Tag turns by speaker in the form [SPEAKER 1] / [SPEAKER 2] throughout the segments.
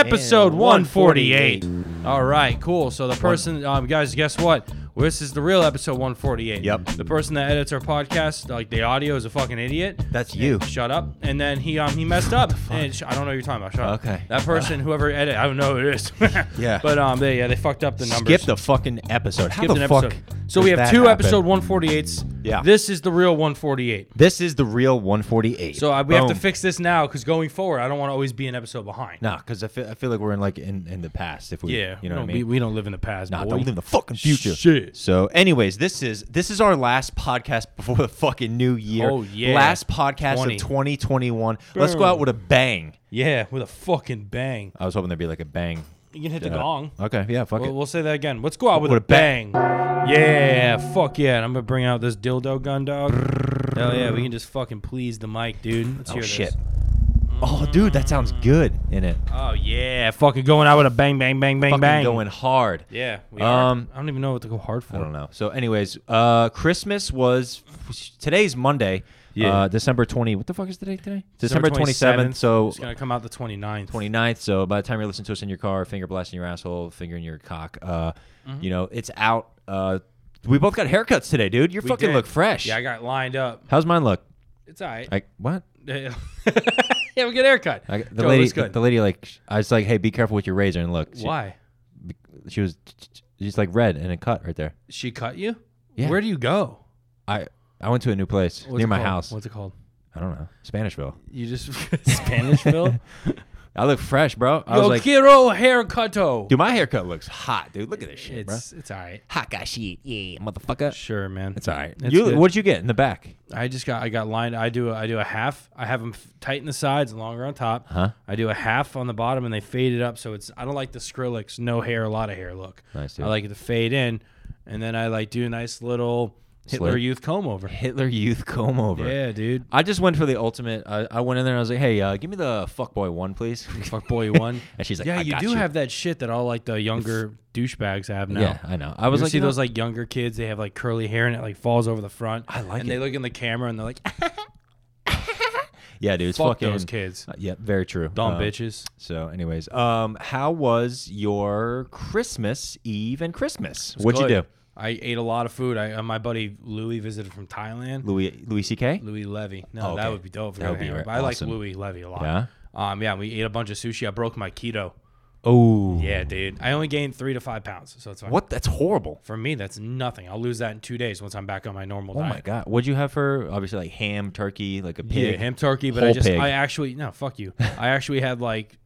[SPEAKER 1] Episode
[SPEAKER 2] And
[SPEAKER 1] 148. All right, cool. So the person, um, guys, guess what? This is the real episode 148.
[SPEAKER 2] Yep.
[SPEAKER 1] The person that edits our podcast, like the audio, is a fucking idiot.
[SPEAKER 2] That's
[SPEAKER 1] And
[SPEAKER 2] you.
[SPEAKER 1] Shut up. And then he um he messed up. and sh- I don't know what you're talking about. Shut up.
[SPEAKER 2] Okay. Uh.
[SPEAKER 1] That person, whoever edit, I don't know who it is.
[SPEAKER 2] Yeah.
[SPEAKER 1] But um they yeah they fucked up the numbers.
[SPEAKER 2] Skip the fucking episode. How
[SPEAKER 1] Skipped
[SPEAKER 2] the
[SPEAKER 1] an
[SPEAKER 2] fuck?
[SPEAKER 1] episode. So
[SPEAKER 2] does
[SPEAKER 1] we have
[SPEAKER 2] that
[SPEAKER 1] two
[SPEAKER 2] happen?
[SPEAKER 1] episode 148s.
[SPEAKER 2] Yeah.
[SPEAKER 1] This is the real 148.
[SPEAKER 2] This is the real 148.
[SPEAKER 1] So I, we have to
[SPEAKER 2] Boom.
[SPEAKER 1] fix this now because going forward, I don't want to always be an episode behind.
[SPEAKER 2] Nah, because I feel, I feel like we're in like in, in the past. If we,
[SPEAKER 1] Yeah.
[SPEAKER 2] you know
[SPEAKER 1] no,
[SPEAKER 2] what I
[SPEAKER 1] We,
[SPEAKER 2] mean.
[SPEAKER 1] we don't live in the past.
[SPEAKER 2] Nah,
[SPEAKER 1] boy.
[SPEAKER 2] don't live in the fucking future.
[SPEAKER 1] Shit.
[SPEAKER 2] So, anyways, this is this is our last podcast before the fucking new year.
[SPEAKER 1] Oh, yeah.
[SPEAKER 2] Last podcast
[SPEAKER 1] 20.
[SPEAKER 2] of 2021. Let's go
[SPEAKER 1] Boom.
[SPEAKER 2] out with a bang.
[SPEAKER 1] Yeah, with a fucking bang.
[SPEAKER 2] I was hoping there'd be like a bang.
[SPEAKER 1] You can hit the
[SPEAKER 2] uh,
[SPEAKER 1] gong.
[SPEAKER 2] Okay, yeah, fuck
[SPEAKER 1] We'll,
[SPEAKER 2] it.
[SPEAKER 1] we'll say that again. Let's go out with,
[SPEAKER 2] With
[SPEAKER 1] a
[SPEAKER 2] a
[SPEAKER 1] bang.
[SPEAKER 2] bang.
[SPEAKER 1] Yeah, fuck yeah. And I'm going to bring out this dildo gun dog. Hell yeah, we can just fucking please the mic, dude. Let's
[SPEAKER 2] Oh
[SPEAKER 1] hear this.
[SPEAKER 2] shit. Oh, dude, that sounds good in it.
[SPEAKER 1] Oh yeah, fucking going out with a bang, bang, bang, bang,
[SPEAKER 2] Fucking
[SPEAKER 1] bang.
[SPEAKER 2] going hard.
[SPEAKER 1] Yeah, we are.
[SPEAKER 2] Um,
[SPEAKER 1] I don't even know what to go hard for.
[SPEAKER 2] I don't know. So, anyways, uh, Christmas was today's Monday,
[SPEAKER 1] Yeah.
[SPEAKER 2] uh, December twenty. What the fuck is today? Today, December twenty seventh. So
[SPEAKER 1] it's gonna come out the 29th.
[SPEAKER 2] 29th. So by the time you're listening to us in your car, finger blasting your asshole, finger in your cock, uh,
[SPEAKER 1] Mm-hmm.
[SPEAKER 2] you know it's out. Uh, we both got haircuts today, dude. You
[SPEAKER 1] We
[SPEAKER 2] fucking
[SPEAKER 1] did.
[SPEAKER 2] look fresh.
[SPEAKER 1] Yeah, I got lined up.
[SPEAKER 2] How's mine look?
[SPEAKER 1] It's all right.
[SPEAKER 2] Like what?
[SPEAKER 1] yeah, we get a haircut.
[SPEAKER 2] I, the
[SPEAKER 1] Joe, it
[SPEAKER 2] lady,
[SPEAKER 1] looks good.
[SPEAKER 2] the lady, like I was like, hey, be careful with your razor. And look, she,
[SPEAKER 1] Why?
[SPEAKER 2] She was just like red and a cut right there.
[SPEAKER 1] She cut you?
[SPEAKER 2] Yeah.
[SPEAKER 1] Where do you go?
[SPEAKER 2] I I went to a new place
[SPEAKER 1] What's
[SPEAKER 2] near
[SPEAKER 1] it
[SPEAKER 2] my
[SPEAKER 1] called?
[SPEAKER 2] house.
[SPEAKER 1] What's it called?
[SPEAKER 2] I don't know, Spanishville.
[SPEAKER 1] You just Spanishville?
[SPEAKER 2] I look fresh, bro. I
[SPEAKER 1] Yo
[SPEAKER 2] was like,
[SPEAKER 1] quiero haircuto.
[SPEAKER 2] dude, my haircut looks hot, dude. Look at this shit, bro.
[SPEAKER 1] it's it's all right.
[SPEAKER 2] Hot guy shit, yeah, motherfucker.
[SPEAKER 1] Sure, man.
[SPEAKER 2] It's all right.
[SPEAKER 1] It's
[SPEAKER 2] You,
[SPEAKER 1] good.
[SPEAKER 2] what'd you get in the back?
[SPEAKER 1] I just got I got lined. I do a, I do a half. I have them tight in the sides and longer on top.
[SPEAKER 2] Huh?
[SPEAKER 1] I do a half on the bottom and they fade it up. So it's I don't like the Skrillex no hair, a lot of hair look.
[SPEAKER 2] Nice, dude.
[SPEAKER 1] I like it to fade in, and then I like do a nice little Hitler
[SPEAKER 2] Slit.
[SPEAKER 1] Youth comb over.
[SPEAKER 2] Hitler Youth comb over.
[SPEAKER 1] Yeah, dude.
[SPEAKER 2] I just went for the ultimate. I, I went in there and I was like, hey, uh, give me the fuckboy one, please.
[SPEAKER 1] Fuck boy one.
[SPEAKER 2] and she's like,
[SPEAKER 1] yeah,
[SPEAKER 2] I
[SPEAKER 1] you
[SPEAKER 2] got
[SPEAKER 1] do have that shit that all like the younger douchebags have now.
[SPEAKER 2] Yeah, I know. I
[SPEAKER 1] I
[SPEAKER 2] was
[SPEAKER 1] was
[SPEAKER 2] like,
[SPEAKER 1] see
[SPEAKER 2] you know,
[SPEAKER 1] those like younger kids. They have like curly hair and it like falls over the front.
[SPEAKER 2] I like
[SPEAKER 1] And
[SPEAKER 2] it.
[SPEAKER 1] they look in the camera and they're like,
[SPEAKER 2] yeah, dude, it's
[SPEAKER 1] "Fuck
[SPEAKER 2] fucking.
[SPEAKER 1] those kids,
[SPEAKER 2] Uh, yeah, very true.
[SPEAKER 1] dumb
[SPEAKER 2] Uh,
[SPEAKER 1] bitches."
[SPEAKER 2] So, anyways, um, how was your Christmas Eve and Christmas? What'd you
[SPEAKER 1] Good.
[SPEAKER 2] do,
[SPEAKER 1] I ate a lot of food. I uh, my buddy Louis visited from Thailand.
[SPEAKER 2] Louis Louis C.K.?
[SPEAKER 1] Louis Levy. No,
[SPEAKER 2] Oh,
[SPEAKER 1] that
[SPEAKER 2] okay.
[SPEAKER 1] would be dope. if we
[SPEAKER 2] That
[SPEAKER 1] got
[SPEAKER 2] would be
[SPEAKER 1] him.
[SPEAKER 2] right-
[SPEAKER 1] But I like
[SPEAKER 2] awesome.
[SPEAKER 1] Louis Levy a lot.
[SPEAKER 2] Yeah?
[SPEAKER 1] Um. Yeah. We ate a bunch of sushi. I broke my keto.
[SPEAKER 2] Oh,
[SPEAKER 1] Yeah, dude. I only gained three to five pounds, so it's fine.
[SPEAKER 2] What? That's horrible.
[SPEAKER 1] For me, that's nothing. I'll lose that in two days once I'm back on my normal
[SPEAKER 2] Oh
[SPEAKER 1] diet.
[SPEAKER 2] my god! What'd you have for obviously like ham, turkey, like a
[SPEAKER 1] Yeah,
[SPEAKER 2] pig?
[SPEAKER 1] ham turkey, but I
[SPEAKER 2] Whole
[SPEAKER 1] just
[SPEAKER 2] pig.
[SPEAKER 1] I actually no fuck you. I actually had like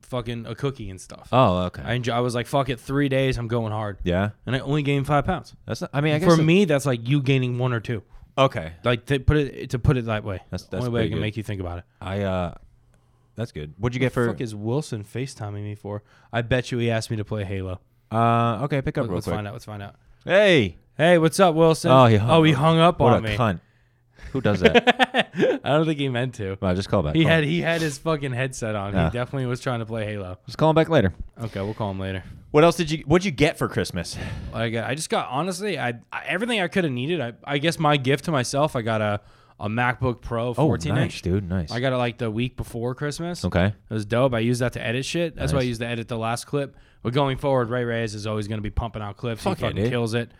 [SPEAKER 1] fucking a cookie and stuff.
[SPEAKER 2] Oh, okay.
[SPEAKER 1] I enjoy, I was like fuck it, three days I'm going hard,
[SPEAKER 2] yeah,
[SPEAKER 1] and I only gained five pounds.
[SPEAKER 2] that's. Not, I mean, I guess
[SPEAKER 1] For
[SPEAKER 2] it-
[SPEAKER 1] me, that's like you gaining one or two.
[SPEAKER 2] Okay,
[SPEAKER 1] Like to put it to put it that way.
[SPEAKER 2] That's-
[SPEAKER 1] the
[SPEAKER 2] that's
[SPEAKER 1] only way I
[SPEAKER 2] pretty
[SPEAKER 1] can
[SPEAKER 2] good.
[SPEAKER 1] make you think about it.
[SPEAKER 2] I. uh That's good. What'd you get for?
[SPEAKER 1] fuck is Wilson FaceTiming me for? I bet you he asked me to play Halo.
[SPEAKER 2] Uh, okay, pick up real
[SPEAKER 1] Let's
[SPEAKER 2] quick.
[SPEAKER 1] find out. Let's find out.
[SPEAKER 2] Hey,
[SPEAKER 1] Hey, what's up, Wilson?
[SPEAKER 2] Oh, he hung
[SPEAKER 1] oh, he
[SPEAKER 2] up.
[SPEAKER 1] hung up
[SPEAKER 2] what
[SPEAKER 1] on
[SPEAKER 2] a
[SPEAKER 1] me.
[SPEAKER 2] cunt! Who does that?
[SPEAKER 1] I don't think he meant to.
[SPEAKER 2] well, just call back.
[SPEAKER 1] He
[SPEAKER 2] call
[SPEAKER 1] had he had his fucking headset on.
[SPEAKER 2] Oh. Yeah.
[SPEAKER 1] He definitely was trying to play Halo.
[SPEAKER 2] Just call him back later.
[SPEAKER 1] Okay, we'll call him later.
[SPEAKER 2] What else did you? What'd you get for Christmas?
[SPEAKER 1] I got, I just got honestly, I, I everything I could have needed. I, I guess my gift to myself, I got a a MacBook Pro 14
[SPEAKER 2] Oh, nice,
[SPEAKER 1] inch.
[SPEAKER 2] dude. Nice.
[SPEAKER 1] I got it like the week before Christmas.
[SPEAKER 2] okay.
[SPEAKER 1] It was dope. I used that to edit shit. That's why I
[SPEAKER 2] Nice.
[SPEAKER 1] used to edit the last clip. But going forward, Ray Reyes is always going to be pumping out clips.
[SPEAKER 2] Fuck
[SPEAKER 1] he
[SPEAKER 2] yeah,
[SPEAKER 1] fucking
[SPEAKER 2] dude.
[SPEAKER 1] kills it.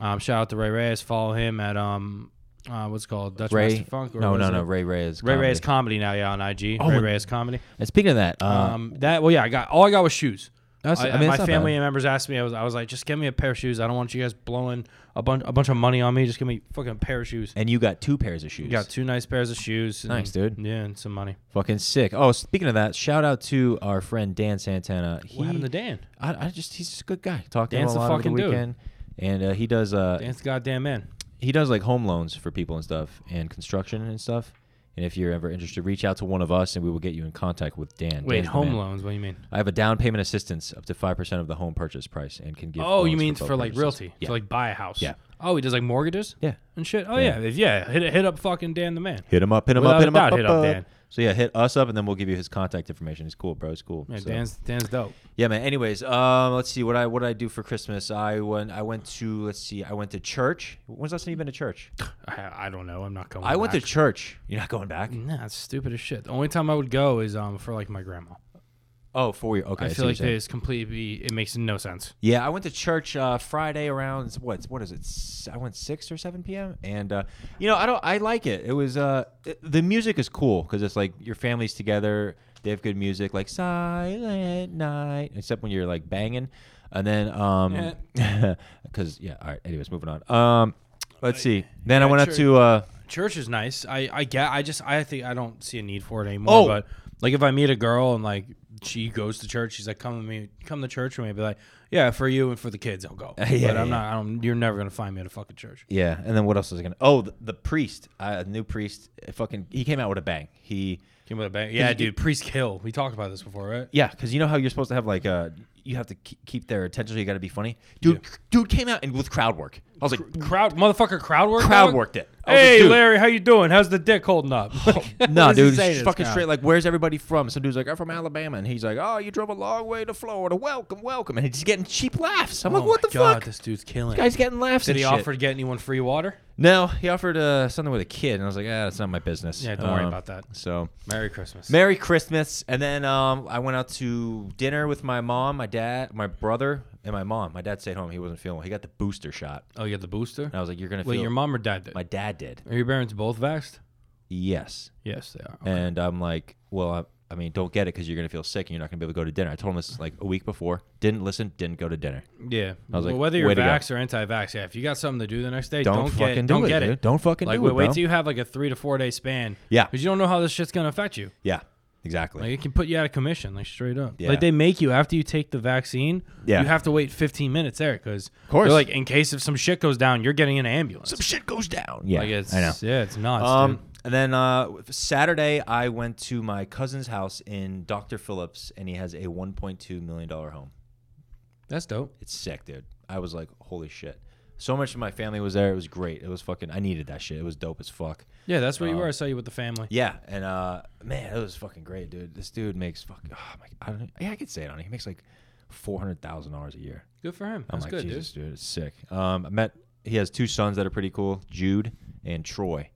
[SPEAKER 1] Um, shout out to Ray Reyes. Follow him at um, uh, what's it called Dutch
[SPEAKER 2] Ray.
[SPEAKER 1] Master Funk.
[SPEAKER 2] no,
[SPEAKER 1] was
[SPEAKER 2] no,
[SPEAKER 1] it-
[SPEAKER 2] no. Ray Ray is.
[SPEAKER 1] Ray
[SPEAKER 2] comedy.
[SPEAKER 1] Reyes comedy now, yeah, on IG.
[SPEAKER 2] Oh,
[SPEAKER 1] Ray
[SPEAKER 2] and-
[SPEAKER 1] Reyes comedy.
[SPEAKER 2] And speaking of that, uh,
[SPEAKER 1] Um, that well, yeah, I got all I got was shoes.
[SPEAKER 2] That's-
[SPEAKER 1] I,
[SPEAKER 2] I mean,
[SPEAKER 1] my
[SPEAKER 2] that's not
[SPEAKER 1] family members asked me. I was, I was like, just give me a pair of shoes. I don't want you guys blowing a bunch, a bunch of money on me. Just give me fucking a pair of shoes.
[SPEAKER 2] and you got two pairs of shoes.
[SPEAKER 1] You got two nice pairs of shoes. and-
[SPEAKER 2] Nice, dude.
[SPEAKER 1] Yeah, and some money.
[SPEAKER 2] Fucking sick. Oh, speaking of that, shout out to our friend Dan Santana. He,
[SPEAKER 1] What happened to Dan?
[SPEAKER 2] I, I just he's just a good guy. Talked to
[SPEAKER 1] Dan's
[SPEAKER 2] him
[SPEAKER 1] the
[SPEAKER 2] a lot over the
[SPEAKER 1] fucking dude.
[SPEAKER 2] weekend, and uh, he does uh
[SPEAKER 1] Dan's the goddamn man.
[SPEAKER 2] he does like home loans for people and stuff, and construction and stuff. And if you're ever interested, reach out to one of us, and we will get you in contact with Dan.
[SPEAKER 1] Wait,
[SPEAKER 2] Dan's the
[SPEAKER 1] home
[SPEAKER 2] man.
[SPEAKER 1] loans? What do you mean?
[SPEAKER 2] I have a down payment assistance up to five percent of the home purchase price, and can give.
[SPEAKER 1] Oh, you
[SPEAKER 2] loans
[SPEAKER 1] mean
[SPEAKER 2] for,
[SPEAKER 1] for,
[SPEAKER 2] both
[SPEAKER 1] like
[SPEAKER 2] purchases.
[SPEAKER 1] realty?
[SPEAKER 2] Yeah.
[SPEAKER 1] To like buy a house?
[SPEAKER 2] Yeah.
[SPEAKER 1] Oh, he does like mortgages?
[SPEAKER 2] Yeah.
[SPEAKER 1] And shit. Oh yeah, yeah. Hit hit up fucking Dan the man.
[SPEAKER 2] Hit him up. Hit him
[SPEAKER 1] Without a
[SPEAKER 2] up. Hit him
[SPEAKER 1] doubt,
[SPEAKER 2] up.
[SPEAKER 1] hit up Dan.
[SPEAKER 2] So yeah, hit us up, and then we'll give you his contact information. He's cool, bro. He's cool.
[SPEAKER 1] Yeah,
[SPEAKER 2] So-
[SPEAKER 1] Dan's Dan's dope.
[SPEAKER 2] Yeah, man. Anyways, um, let's see what I what did I do for Christmas. I went I went to let's see I went to church. When's the last time you've been to church?
[SPEAKER 1] I, I don't know. I'm not going.
[SPEAKER 2] I went to
[SPEAKER 1] back. Mm.
[SPEAKER 2] church. You're not going back.
[SPEAKER 1] Nah, it's stupid as shit. The only time I would go is um for like my grandma.
[SPEAKER 2] Oh, four year. Okay.
[SPEAKER 1] I
[SPEAKER 2] see
[SPEAKER 1] feel
[SPEAKER 2] what
[SPEAKER 1] like
[SPEAKER 2] you're saying.
[SPEAKER 1] this completely it makes no sense.
[SPEAKER 2] Yeah, I went to church uh, Friday around what? What is it? S- I went six or seven p.m. And uh, you know, I don't. I like it. It was uh, it- the music is cool because it's like your family's together. They have good music, like Silent Night, except when you're like banging. And then, um, because yeah. All right. Anyways, moving on. Um, let's see. Then I
[SPEAKER 1] yeah,
[SPEAKER 2] went
[SPEAKER 1] sure.
[SPEAKER 2] up to. Uh,
[SPEAKER 1] Church is nice. I I get. I just I think I don't see a need for it anymore.
[SPEAKER 2] Oh.
[SPEAKER 1] But like if I meet a girl and like she goes to church, she's like, "Come with me, come to church with me." I'd be like, "Yeah, for you and for the kids, I'll go."
[SPEAKER 2] Yeah,
[SPEAKER 1] but I'm
[SPEAKER 2] yeah.
[SPEAKER 1] not. I'm, you're never gonna find me at a fucking church.
[SPEAKER 2] Yeah, and then what else was I gonna? Oh, the, the priest, uh, new priest, uh, fucking, he came out with a bang. He,
[SPEAKER 1] Came with a bang. Yeah,
[SPEAKER 2] you-
[SPEAKER 1] dude. Priest kill. We talked about this before, right?
[SPEAKER 2] yeah, because you know how you're supposed to have like, uh, you have to ke- keep their attention, so you got to be funny. Dude, dude came out and with crowd work. I was like,
[SPEAKER 1] Crowd, motherfucker, crowd work.
[SPEAKER 2] crowd
[SPEAKER 1] dog?
[SPEAKER 2] worked it. I was like,
[SPEAKER 1] Hey,
[SPEAKER 2] dude,
[SPEAKER 1] Larry, how you doing? How's the dick holding up? Like,
[SPEAKER 2] No,
[SPEAKER 1] what is he
[SPEAKER 2] dude,
[SPEAKER 1] saying
[SPEAKER 2] it's
[SPEAKER 1] to this
[SPEAKER 2] fucking
[SPEAKER 1] guy?
[SPEAKER 2] straight. Like, where's everybody from? Some dude's like, I'm from Alabama, and he's like, Oh, you drove a long way to Florida. Welcome, welcome. And he's getting cheap laughs. I'm
[SPEAKER 1] Oh
[SPEAKER 2] like, What
[SPEAKER 1] my
[SPEAKER 2] the
[SPEAKER 1] God,
[SPEAKER 2] fuck? This
[SPEAKER 1] This dude's killing.
[SPEAKER 2] guy's getting laughs.
[SPEAKER 1] Did
[SPEAKER 2] and
[SPEAKER 1] he
[SPEAKER 2] shit.
[SPEAKER 1] offer to get anyone free water?
[SPEAKER 2] No, he offered uh, something with a kid, and I was like, Ah, that's not my business.
[SPEAKER 1] Yeah, don't worry
[SPEAKER 2] Um,
[SPEAKER 1] about that.
[SPEAKER 2] So
[SPEAKER 1] Merry Christmas.
[SPEAKER 2] Merry Christmas. And then um, I went out to dinner with my mom, my dad, my brother, and my mom. My dad stayed home. He wasn't feeling well. He got the booster shot.
[SPEAKER 1] oh, you got the booster.
[SPEAKER 2] And I was like, you're going to feel.
[SPEAKER 1] Wait, your mom or dad did?
[SPEAKER 2] my dad did.
[SPEAKER 1] Are your parents both vaxxed?
[SPEAKER 2] Yes.
[SPEAKER 1] Yes, they are.
[SPEAKER 2] And I'm like, well, I, I mean, don't get it because you're going to feel sick and you're not going to be able to go to dinner. I told him this like a week before. Didn't listen. Didn't go to dinner.
[SPEAKER 1] Yeah.
[SPEAKER 2] I was
[SPEAKER 1] Well,
[SPEAKER 2] like,
[SPEAKER 1] whether you're
[SPEAKER 2] way to go.
[SPEAKER 1] vax or anti-vax, yeah, if you got something to do the next day,
[SPEAKER 2] Don't
[SPEAKER 1] don't,
[SPEAKER 2] fucking
[SPEAKER 1] get,
[SPEAKER 2] do
[SPEAKER 1] not
[SPEAKER 2] it,
[SPEAKER 1] get it.
[SPEAKER 2] dude. Don't fucking
[SPEAKER 1] like,
[SPEAKER 2] do
[SPEAKER 1] wait,
[SPEAKER 2] it,
[SPEAKER 1] Wait
[SPEAKER 2] bro.
[SPEAKER 1] till you have like a three to four day span.
[SPEAKER 2] Yeah.
[SPEAKER 1] Because you don't know how this shit's gonna affect you.
[SPEAKER 2] Yeah. Exactly.
[SPEAKER 1] Like it can put you out of commission, like straight up.
[SPEAKER 2] Yeah.
[SPEAKER 1] Like they make you after you take the vaccine.
[SPEAKER 2] Yeah.
[SPEAKER 1] You have to wait 15 minutes there because,
[SPEAKER 2] course.
[SPEAKER 1] they're like in case if some shit goes down, you're getting an ambulance.
[SPEAKER 2] Some shit goes down. Yeah.
[SPEAKER 1] like it's,
[SPEAKER 2] I know.
[SPEAKER 1] Yeah, it's nuts.
[SPEAKER 2] Um, and then uh, Saturday, I went to my cousin's house in Dr. Phillips, and he has a $1.2 million
[SPEAKER 1] dude.
[SPEAKER 2] home.
[SPEAKER 1] That's dope.
[SPEAKER 2] It's sick, dude. I was like, holy shit. So much of my family was there. It was great. It was fucking. I needed that shit. It was dope as fuck.
[SPEAKER 1] Yeah, that's
[SPEAKER 2] um,
[SPEAKER 1] where you were. I saw you with the family.
[SPEAKER 2] Yeah, and uh, man, it was fucking great, dude. This dude makes fuck. Oh my, I don't. Yeah, I could say it on. it. He makes like four hundred thousand dollars a year.
[SPEAKER 1] Good for him.
[SPEAKER 2] I'm
[SPEAKER 1] That's
[SPEAKER 2] like,
[SPEAKER 1] good,
[SPEAKER 2] oh Jesus, dude. it's sick. Um, I met. He has two sons that are pretty cool, Jude and Troy,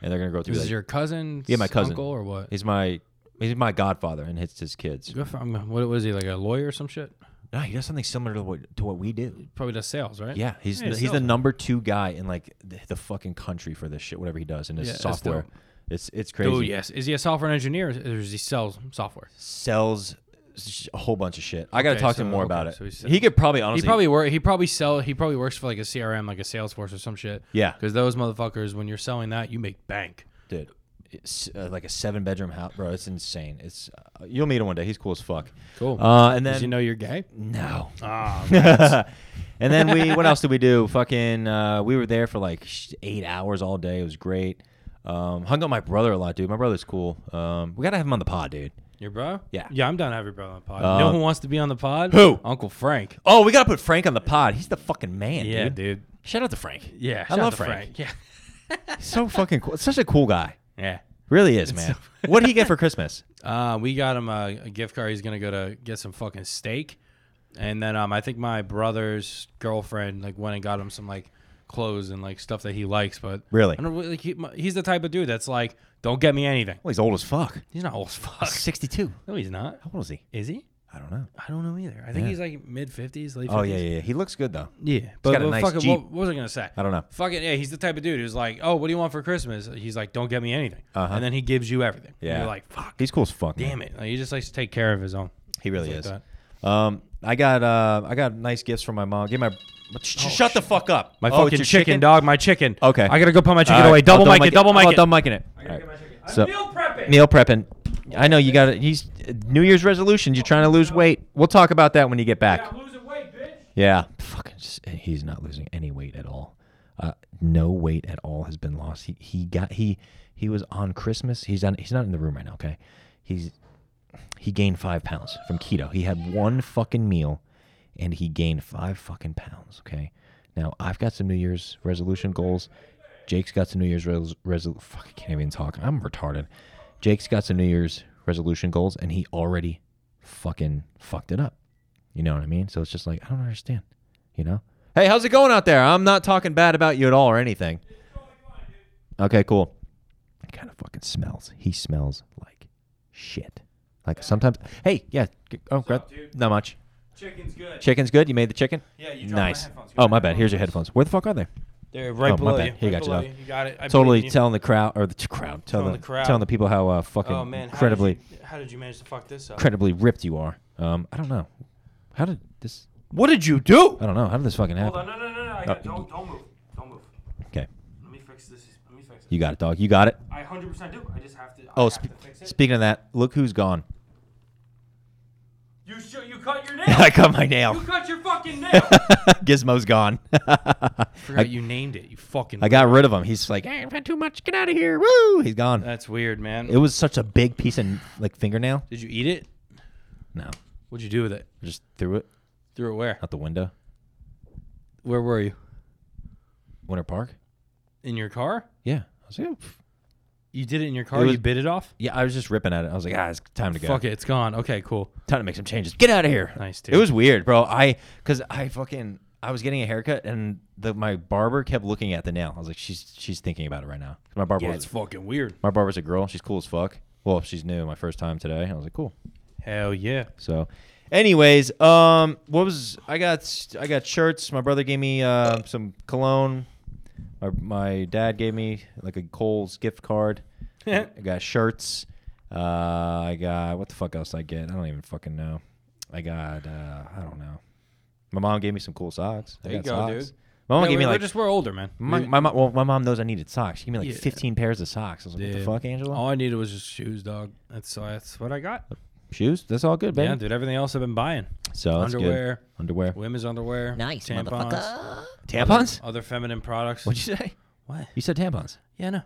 [SPEAKER 2] and they're gonna grow through.
[SPEAKER 1] dude. This is
[SPEAKER 2] Like,
[SPEAKER 1] your cousin?
[SPEAKER 2] Yeah, my cousin.
[SPEAKER 1] Uncle or what?
[SPEAKER 2] he's my. He's my godfather, and it's his kids.
[SPEAKER 1] Good for him. What was he like a lawyer or some shit?
[SPEAKER 2] No, he does something similar to what to what we do.
[SPEAKER 1] Probably does sales, right?
[SPEAKER 2] Yeah, he's
[SPEAKER 1] Yeah,
[SPEAKER 2] the, he's the
[SPEAKER 1] sales.
[SPEAKER 2] number two guy in like the, the fucking country for this shit. Whatever he does in his
[SPEAKER 1] Yeah, that's
[SPEAKER 2] software,
[SPEAKER 1] dope.
[SPEAKER 2] it's it's crazy.
[SPEAKER 1] Oh yes. Is he a software engineer or does he sell software?
[SPEAKER 2] Sells sh- a whole bunch of shit. I got to
[SPEAKER 1] Okay,
[SPEAKER 2] talk to
[SPEAKER 1] so-
[SPEAKER 2] him more
[SPEAKER 1] okay,
[SPEAKER 2] about it.
[SPEAKER 1] so he's-
[SPEAKER 2] he could probably
[SPEAKER 1] He
[SPEAKER 2] honestly.
[SPEAKER 1] probably work. He probably sell. He probably works for like a CRM, like a Salesforce or some shit.
[SPEAKER 2] Yeah.
[SPEAKER 1] Because those motherfuckers, when you're selling that, you make bank.
[SPEAKER 2] dude. It's uh, like a seven bedroom house, bro. It's insane. It's uh, you'll meet him one day. He's cool as fuck.
[SPEAKER 1] Cool.
[SPEAKER 2] Uh, and
[SPEAKER 1] Does he
[SPEAKER 2] then
[SPEAKER 1] know you're gay?
[SPEAKER 2] no.
[SPEAKER 1] Ah,
[SPEAKER 2] and then we what else did we do? Fucking uh, we were there for like sh- eight hours all day. It was great. Um, hung out with my brother a lot, dude. My brother's cool. Um, we gotta have him on the pod, dude.
[SPEAKER 1] your bro?
[SPEAKER 2] Yeah.
[SPEAKER 1] Yeah, I'm down to have your brother on the pod. you know
[SPEAKER 2] Uh,
[SPEAKER 1] who wants to be on the pod?
[SPEAKER 2] who?
[SPEAKER 1] Uncle Frank.
[SPEAKER 2] Oh, we gotta put Frank on the pod. He's the fucking man,
[SPEAKER 1] Yeah,
[SPEAKER 2] dude.
[SPEAKER 1] dude.
[SPEAKER 2] Shout out to Frank.
[SPEAKER 1] Yeah.
[SPEAKER 2] I
[SPEAKER 1] shout out
[SPEAKER 2] love
[SPEAKER 1] to
[SPEAKER 2] Frank.
[SPEAKER 1] Yeah.
[SPEAKER 2] He's so fucking cool. Such a cool guy.
[SPEAKER 1] Yeah.
[SPEAKER 2] Really is, man. what did he get for Christmas?
[SPEAKER 1] Uh, we got him a, a gift card. He's gonna go to get some fucking steak, and then um, I think my brother's girlfriend like went and got him some like clothes and like stuff that he likes. But
[SPEAKER 2] Really?
[SPEAKER 1] I don't really. Like, he, he's the type of dude that's like, don't get me anything.
[SPEAKER 2] Well, he's old as fuck.
[SPEAKER 1] He's not old as fuck.
[SPEAKER 2] Sixty-two.
[SPEAKER 1] No, he's not.
[SPEAKER 2] How old is he?
[SPEAKER 1] Is he?
[SPEAKER 2] I don't know.
[SPEAKER 1] I don't know either. I think he's like mid fifties, late. 50s.
[SPEAKER 2] Oh yeah, yeah, yeah. He looks good though.
[SPEAKER 1] yeah. But,
[SPEAKER 2] got a
[SPEAKER 1] but
[SPEAKER 2] nice
[SPEAKER 1] fucking,
[SPEAKER 2] Jeep.
[SPEAKER 1] what, what was I gonna say?
[SPEAKER 2] I don't know.
[SPEAKER 1] Fucking yeah, he's the type of dude who's like, oh, what do you want for Christmas? He's like, don't get me anything,
[SPEAKER 2] Uh-huh.
[SPEAKER 1] and then he gives you everything. And
[SPEAKER 2] Yeah.
[SPEAKER 1] you're like, fuck,
[SPEAKER 2] He's cool as fuck. man.
[SPEAKER 1] damn it. Like, he just likes to take care of his own.
[SPEAKER 2] He really
[SPEAKER 1] Like
[SPEAKER 2] is. Um, I got uh, I got nice gifts from my mom. Give my oh, sh- shut the fuck up.
[SPEAKER 1] My
[SPEAKER 2] Oh, it's
[SPEAKER 1] fucking
[SPEAKER 2] your
[SPEAKER 1] chicken, dog, my chicken.
[SPEAKER 2] Okay.
[SPEAKER 1] I gotta go put my chicken
[SPEAKER 2] All
[SPEAKER 1] away.
[SPEAKER 2] right, Oh,
[SPEAKER 1] Double
[SPEAKER 2] I'll
[SPEAKER 1] mic it, double mic
[SPEAKER 2] I'll
[SPEAKER 1] it.
[SPEAKER 2] Double micing it. All right. So meal prepping. I know you got it. He's New Year's resolutions. You're trying to lose weight. We'll talk about that when you get back. Yeah. Fucking. Just, he's not losing any weight at all. Uh, no weight at all has been lost. He he got he he was on Christmas. He's on. He's not in the room right now. Okay. He's he gained five pounds from keto. He had one fucking meal, and he gained five fucking pounds. Okay. Now I've got some New Year's resolution goals. Jake's got some New Year's res- resol- Fuck, I can't even talk. I'm retarded. Jake's got some New Year's resolution goals, and he already fucking fucked it up. You know what I mean? So it's just like I don't understand. You know? Hey, how's it going out there? I'm not talking bad about you at all or anything. Okay, cool. It kind of fucking smells. He smells like shit. Like sometimes, hey, yeah, g- oh,
[SPEAKER 1] What's
[SPEAKER 2] great,
[SPEAKER 1] up, dude?
[SPEAKER 2] not much.
[SPEAKER 1] Chicken's good.
[SPEAKER 2] Chicken's good. You made the chicken.
[SPEAKER 1] Yeah, you dropped my
[SPEAKER 2] nice.
[SPEAKER 1] headphones. Give
[SPEAKER 2] oh
[SPEAKER 1] me
[SPEAKER 2] my
[SPEAKER 1] my
[SPEAKER 2] bad. Here's your headphones. Where the fuck are they?
[SPEAKER 1] They're right
[SPEAKER 2] Oh, my
[SPEAKER 1] below
[SPEAKER 2] bad.
[SPEAKER 1] you.
[SPEAKER 2] Here,
[SPEAKER 1] right
[SPEAKER 2] got you,
[SPEAKER 1] below
[SPEAKER 2] dog.
[SPEAKER 1] You got it. I
[SPEAKER 2] totally
[SPEAKER 1] believe you.
[SPEAKER 2] telling the crowd or the t- crowd, telling
[SPEAKER 1] Telling
[SPEAKER 2] the,
[SPEAKER 1] the crowd.
[SPEAKER 2] telling the people how uh, fucking
[SPEAKER 1] Oh man,
[SPEAKER 2] incredibly,
[SPEAKER 1] How did, you, how did you manage to fuck this up?
[SPEAKER 2] incredibly ripped you are. Um, I don't know. How did this?
[SPEAKER 3] What did you do?
[SPEAKER 2] I don't know. How did this fucking
[SPEAKER 1] Hold
[SPEAKER 2] happen?
[SPEAKER 1] on, no, no, no, no. I
[SPEAKER 2] No.
[SPEAKER 1] got, don't, don't move. Don't move.
[SPEAKER 2] Oh. Okay,
[SPEAKER 1] Let me fix this. Let me fix it.
[SPEAKER 2] you got it, dog. You got it.
[SPEAKER 1] I 100% do. I just have to. I
[SPEAKER 2] Oh,
[SPEAKER 1] have
[SPEAKER 2] spe-
[SPEAKER 1] to fix it.
[SPEAKER 2] speaking of that, look who's gone.
[SPEAKER 1] You sh- you cut your nail.
[SPEAKER 2] I cut my
[SPEAKER 1] you
[SPEAKER 2] nail.
[SPEAKER 1] cut your fucking nail.
[SPEAKER 2] Gizmo's gone.
[SPEAKER 1] Forgot you named it. You fucking.
[SPEAKER 2] I got rid of him. He's like, hey, I've had too much. Get out of here. Woo! He's gone.
[SPEAKER 1] That's weird, man.
[SPEAKER 2] It was such a big piece of like fingernail.
[SPEAKER 1] Did you eat it?
[SPEAKER 2] No,
[SPEAKER 1] What'd you do with it?
[SPEAKER 2] I just threw it
[SPEAKER 1] Threw it where?
[SPEAKER 2] out the window.
[SPEAKER 1] Where were you?
[SPEAKER 2] Winter Park.
[SPEAKER 1] In your car?
[SPEAKER 2] Yeah, I was like, "Oh, pff."
[SPEAKER 1] You did it in your car.
[SPEAKER 2] It was-
[SPEAKER 1] you bit it off.
[SPEAKER 2] yeah, I was just ripping at it. I was like, ah, it's time to go.
[SPEAKER 1] Fuck it. It's gone. Okay, cool.
[SPEAKER 2] Time to make some changes. Get out of here.
[SPEAKER 1] Nice, dude.
[SPEAKER 2] It was weird, bro. I because I fucking I was getting a haircut and the my barber kept looking at the nail. I was like, she's she's thinking about it right now. My barber
[SPEAKER 1] Yeah,
[SPEAKER 2] was
[SPEAKER 1] it's fucking weird.
[SPEAKER 2] my barber's a girl. She's cool as fuck. Well, she's new. My first time today. I was like, cool.
[SPEAKER 1] Hell yeah.
[SPEAKER 2] So, anyways, um, what was I got? I got shirts. My brother gave me uh, some cologne. My, my dad gave me like a Cole's gift card. I got shirts. Uh, I got what the fuck else I get? I don't even fucking know. I got uh, I don't know. My mom gave me some cool socks. I
[SPEAKER 1] There you
[SPEAKER 2] got
[SPEAKER 1] go,
[SPEAKER 2] socks.
[SPEAKER 1] dude.
[SPEAKER 2] My mom
[SPEAKER 1] Yeah,
[SPEAKER 2] gave me
[SPEAKER 1] we're
[SPEAKER 2] like
[SPEAKER 1] just we're older, man.
[SPEAKER 2] my,
[SPEAKER 1] We-
[SPEAKER 2] my mom. Well, my mom knows I needed socks. She gave me like
[SPEAKER 1] Yeah.
[SPEAKER 2] 15 pairs of socks. I was like, what
[SPEAKER 1] Yeah.
[SPEAKER 2] the fuck, Angela?
[SPEAKER 1] All I needed was just shoes, dog. That's that's what I got.
[SPEAKER 2] Shoes? That's all good, baby.
[SPEAKER 1] Yeah, dude. Everything else I've been buying.
[SPEAKER 2] so that's
[SPEAKER 1] underwear,
[SPEAKER 2] good. Underwear.
[SPEAKER 1] women's underwear,
[SPEAKER 3] Nice,
[SPEAKER 1] tampons,
[SPEAKER 3] motherfucker.
[SPEAKER 2] Tampons?
[SPEAKER 1] other feminine products.
[SPEAKER 2] What'd you say?
[SPEAKER 1] what?
[SPEAKER 2] You said tampons.
[SPEAKER 1] Yeah, no.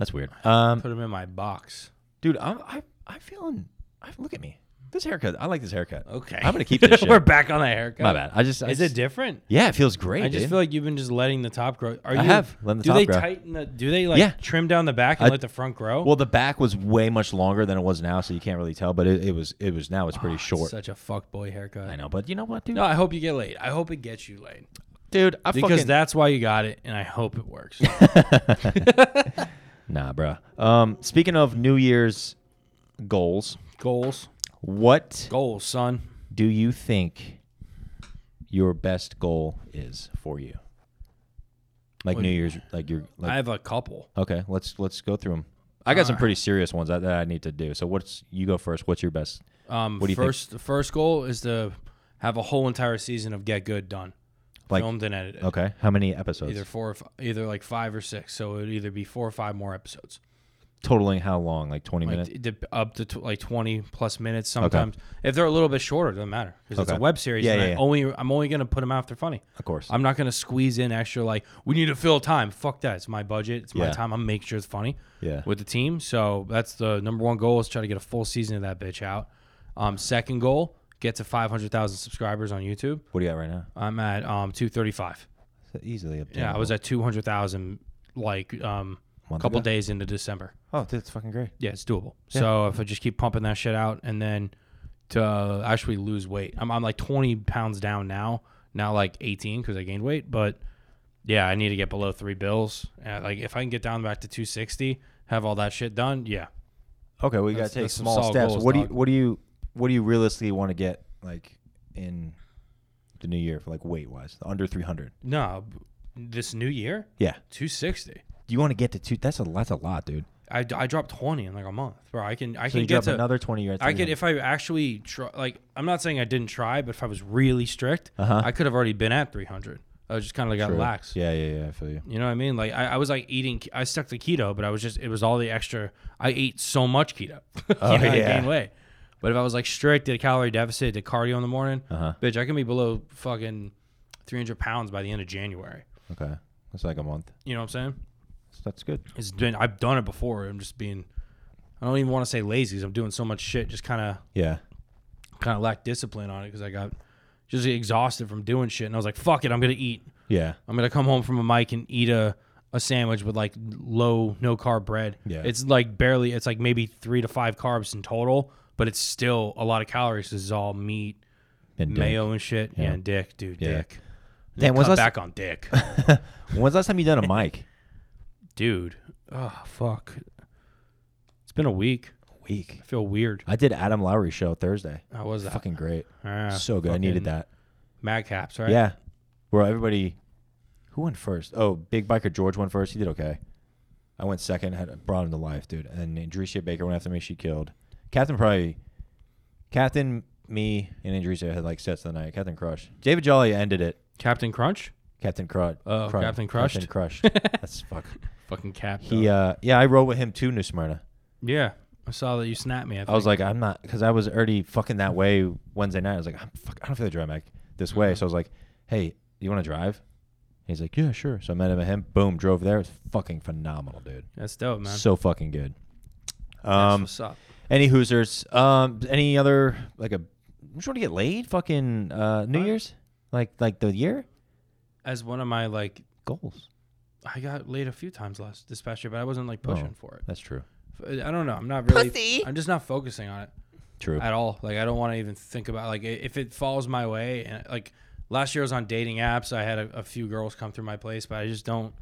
[SPEAKER 2] That's weird. Um,
[SPEAKER 1] Put them in my box.
[SPEAKER 2] dude, I'm I, I'm feeling. I, look at me. This haircut. I like this haircut.
[SPEAKER 1] Okay.
[SPEAKER 2] I'm gonna keep this shit.
[SPEAKER 1] We're back on the haircut.
[SPEAKER 2] My bad. I just. I
[SPEAKER 1] Is
[SPEAKER 2] just-
[SPEAKER 1] it different?
[SPEAKER 2] Yeah, it feels great.
[SPEAKER 1] I just
[SPEAKER 2] dude.
[SPEAKER 1] feel like you've been just letting the top grow. Are
[SPEAKER 2] I
[SPEAKER 1] you,
[SPEAKER 2] have letting the
[SPEAKER 1] do
[SPEAKER 2] top
[SPEAKER 1] they
[SPEAKER 2] grow.
[SPEAKER 1] tighten the? Do they like
[SPEAKER 2] Yeah.
[SPEAKER 1] trim down the back and
[SPEAKER 2] I-
[SPEAKER 1] let the front grow?
[SPEAKER 2] well, the back was way much longer than it was now, so you can't really tell. But it, it was. It was now. It's pretty short.
[SPEAKER 1] such a fuck boy haircut.
[SPEAKER 2] I know, but you know what, dude?
[SPEAKER 1] Ah, No, I hope you get laid. I hope it gets you laid
[SPEAKER 2] dude, I
[SPEAKER 1] because
[SPEAKER 2] fucking
[SPEAKER 1] that's why you got it, and I hope it works.
[SPEAKER 2] nah, bruh. Um, speaking of New Year's goals,
[SPEAKER 1] goals,
[SPEAKER 2] what
[SPEAKER 1] goals, son.
[SPEAKER 2] do you think your best goal is for you? Like New Year's, like your like
[SPEAKER 1] I Uh, have a couple.
[SPEAKER 2] Okay, let's let's go through them. I got some pretty serious ones that, that I need to do. So what's you go first? What's your best?
[SPEAKER 1] Um,
[SPEAKER 2] What do you think?
[SPEAKER 1] first, the first goal is to have a whole entire season of Get Good done,
[SPEAKER 2] Like-
[SPEAKER 1] filmed and edited.
[SPEAKER 2] Okay, how many episodes?
[SPEAKER 1] Either four, or f- either like five or six. So it'd either be four or five more episodes.
[SPEAKER 2] Totaling how long? Like twenty
[SPEAKER 1] like
[SPEAKER 2] minutes.
[SPEAKER 1] d- d- up to tw- like 20 plus minutes sometimes if they're a little bit shorter it doesn't matter because it's
[SPEAKER 2] Okay.
[SPEAKER 1] a web series
[SPEAKER 2] Yeah,
[SPEAKER 1] and
[SPEAKER 2] yeah,
[SPEAKER 1] I
[SPEAKER 2] yeah.
[SPEAKER 1] only i'm only going to put them out if they're funny
[SPEAKER 2] Of course.
[SPEAKER 1] i'm not going to squeeze in extra like we need to fill time fuck that it's my budget it's my
[SPEAKER 2] Yeah.
[SPEAKER 1] time i'm making sure it's funny
[SPEAKER 2] Yeah.
[SPEAKER 1] with the team so that's the number one goal is try to get a full season of that bitch out um second goal get to 500000 subscribers on youtube
[SPEAKER 2] what do you got right now?
[SPEAKER 1] i'm at um 235
[SPEAKER 2] So easily up.
[SPEAKER 1] yeah i was at 200000 like um a
[SPEAKER 2] Month
[SPEAKER 1] couple
[SPEAKER 2] ago?
[SPEAKER 1] days into december
[SPEAKER 2] Oh, dude, it's fucking great.
[SPEAKER 1] yeah, it's doable. So if I just keep pumping that shit out and then to actually lose weight, I'm, I'm like 20 pounds down now, now like 18 because I gained weight. But yeah, I need to get below three bills. Uh, like if I can get down back to 260, have all that shit done, yeah.
[SPEAKER 2] Okay, we
[SPEAKER 1] That's-
[SPEAKER 2] got to take
[SPEAKER 1] that's some
[SPEAKER 2] small
[SPEAKER 1] solid
[SPEAKER 2] steps.
[SPEAKER 1] goals,
[SPEAKER 2] what do you
[SPEAKER 1] dog.
[SPEAKER 2] what do you what do you realistically want to get like in the new year for like weight wise? Under three hundred.
[SPEAKER 1] No, b- this new year,
[SPEAKER 2] Yeah.
[SPEAKER 1] 260.
[SPEAKER 2] Do you want to get to two? That's a that's a lot, dude.
[SPEAKER 1] I, d- I dropped 20 in like a month, bro. I can I
[SPEAKER 2] So
[SPEAKER 1] can
[SPEAKER 2] you
[SPEAKER 1] get
[SPEAKER 2] drop
[SPEAKER 1] to
[SPEAKER 2] another twenty. You're at
[SPEAKER 1] I could
[SPEAKER 2] 300.
[SPEAKER 1] if I actually try, like I'm not saying I didn't try, but if I was really strict,
[SPEAKER 2] Uh-huh.
[SPEAKER 1] I could have already been at 300. I just kind of got
[SPEAKER 2] True.
[SPEAKER 1] lax.
[SPEAKER 2] Yeah, yeah, yeah. I feel you.
[SPEAKER 1] You know what I mean? Like I, I was like eating. I stuck to keto, but I was just it was all the extra. I ate so much keto. you
[SPEAKER 2] Oh,
[SPEAKER 1] know, I
[SPEAKER 2] yeah.
[SPEAKER 1] gained weight. But if I was like strict, did a calorie deficit, did cardio in the morning,
[SPEAKER 2] Uh-huh.
[SPEAKER 1] bitch, I can be below fucking 300 pounds by the end of January.
[SPEAKER 2] Okay, that's like a month.
[SPEAKER 1] You know what I'm saying?
[SPEAKER 2] So that's good.
[SPEAKER 1] It's been I've done it before. I'm just being. I don't even want to say lazy 'cause I'm doing so much shit. Just kind of
[SPEAKER 2] Yeah.
[SPEAKER 1] kind of lack discipline on it because I got just exhausted from doing shit, and I was like, fuck it, I'm gonna eat.
[SPEAKER 2] Yeah.
[SPEAKER 1] I'm gonna come home from a mic and eat a, a sandwich with like low no carb bread.
[SPEAKER 2] Yeah.
[SPEAKER 1] It's like barely it's like maybe three to five carbs in total, but it's still a lot of calories. This is all meat,
[SPEAKER 2] And doing-
[SPEAKER 1] mayo and shit. Yeah, and dick, dude,
[SPEAKER 2] Yeah.
[SPEAKER 1] dick.
[SPEAKER 2] Damn, when's
[SPEAKER 1] Cut
[SPEAKER 2] last,
[SPEAKER 1] back on dick.
[SPEAKER 2] when's last time you done a mic?
[SPEAKER 1] dude. Oh fuck. Ah, It's been a week.
[SPEAKER 2] week.
[SPEAKER 1] I feel weird.
[SPEAKER 2] I did Adam Lowry show Thursday.
[SPEAKER 1] How was that?
[SPEAKER 2] Fucking great.
[SPEAKER 1] Ah,
[SPEAKER 2] so good. I
[SPEAKER 1] fucking
[SPEAKER 2] needed that.
[SPEAKER 1] Mad caps, right?
[SPEAKER 2] Yeah. Where everybody who went first? Oh, Big Biker George went first. He did okay. I went second, had brought him to life, dude. And Andresia Baker went after me, she killed. Captain probably Captain, me, and Andresia had like sets of the night. Captain Crush. David Jolly ended it.
[SPEAKER 1] Captain Crunch.
[SPEAKER 2] Captain Crush.
[SPEAKER 1] Oh, Captain Crushed?
[SPEAKER 2] Captain Crush. That's fuck.
[SPEAKER 1] Fucking cap.
[SPEAKER 2] He uh yeah, I rode with him too, New Smyrna.
[SPEAKER 1] yeah, I saw that you snapped me. I,
[SPEAKER 2] I was
[SPEAKER 1] think.
[SPEAKER 2] like, I'm not, because I was already fucking that way Wednesday night. I was like, I'm fuck, I don't feel the drive back this
[SPEAKER 1] Uh-huh.
[SPEAKER 2] way. So I was like, hey, you want to drive? He's like, yeah, sure. So I met him at him. Boom, drove there. It was fucking phenomenal, dude.
[SPEAKER 1] that's dope, man.
[SPEAKER 2] So fucking good.
[SPEAKER 1] That's
[SPEAKER 2] Um,
[SPEAKER 1] what's up.
[SPEAKER 2] any Hoosers? Um, any other like a? Just want to get laid? Fucking uh, New
[SPEAKER 1] Huh?
[SPEAKER 2] Year's? Like like the year
[SPEAKER 1] As one of my like,
[SPEAKER 2] goals?
[SPEAKER 1] I got laid a few times last this past year, but I wasn't like pushing
[SPEAKER 2] Oh.
[SPEAKER 1] for
[SPEAKER 2] That's true.
[SPEAKER 1] it. I don't know. I'm not really. I'm just not focusing on it.
[SPEAKER 2] True.
[SPEAKER 1] at all. Like I don't want to even think about like i- if it falls my way. And like last year, I was on dating apps. I had a, a few girls come through my place, but I just don't.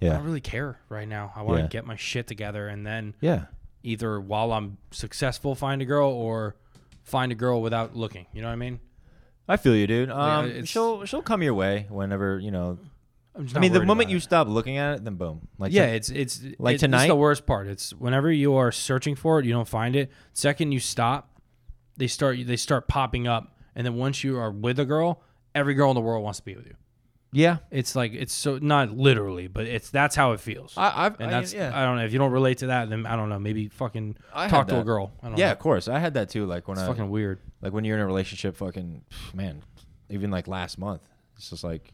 [SPEAKER 1] I
[SPEAKER 2] Yeah.
[SPEAKER 1] don't really care right now. I want to
[SPEAKER 2] Yeah.
[SPEAKER 1] get my shit together, and then
[SPEAKER 2] Yeah.
[SPEAKER 1] either while I'm successful, find a girl or find a girl without looking. You know what I mean?
[SPEAKER 2] I feel you, dude.
[SPEAKER 1] Like,
[SPEAKER 2] Um,
[SPEAKER 1] it's-
[SPEAKER 2] she'll she'll come your way whenever you know.
[SPEAKER 1] I'm just
[SPEAKER 2] I
[SPEAKER 1] not
[SPEAKER 2] mean, the
[SPEAKER 1] worried
[SPEAKER 2] moment
[SPEAKER 1] about
[SPEAKER 2] you
[SPEAKER 1] it.
[SPEAKER 2] stop looking at it, then boom. Like
[SPEAKER 1] yeah, it's it's it- this
[SPEAKER 2] Like
[SPEAKER 1] is
[SPEAKER 2] tonight?
[SPEAKER 1] the worst part. It's whenever you are searching for it, you don't find it. Second, you stop. They start they start popping up, and then once you are with a girl, every girl in the world wants to be with you.
[SPEAKER 2] yeah.
[SPEAKER 1] It's like it's so not literally, but it's that's how it feels.
[SPEAKER 2] I, I've
[SPEAKER 1] and that's I don't know if you don't relate to that, then I don't know. Maybe fucking
[SPEAKER 2] I
[SPEAKER 1] talk
[SPEAKER 2] had
[SPEAKER 1] to a
[SPEAKER 2] that.
[SPEAKER 1] girl. I don't
[SPEAKER 2] yeah,
[SPEAKER 1] know.
[SPEAKER 2] of course. I had that too. Like when
[SPEAKER 1] it's
[SPEAKER 2] I
[SPEAKER 1] fucking weird.
[SPEAKER 2] like when you're in a relationship, fucking pff, man, even like last month, it's just like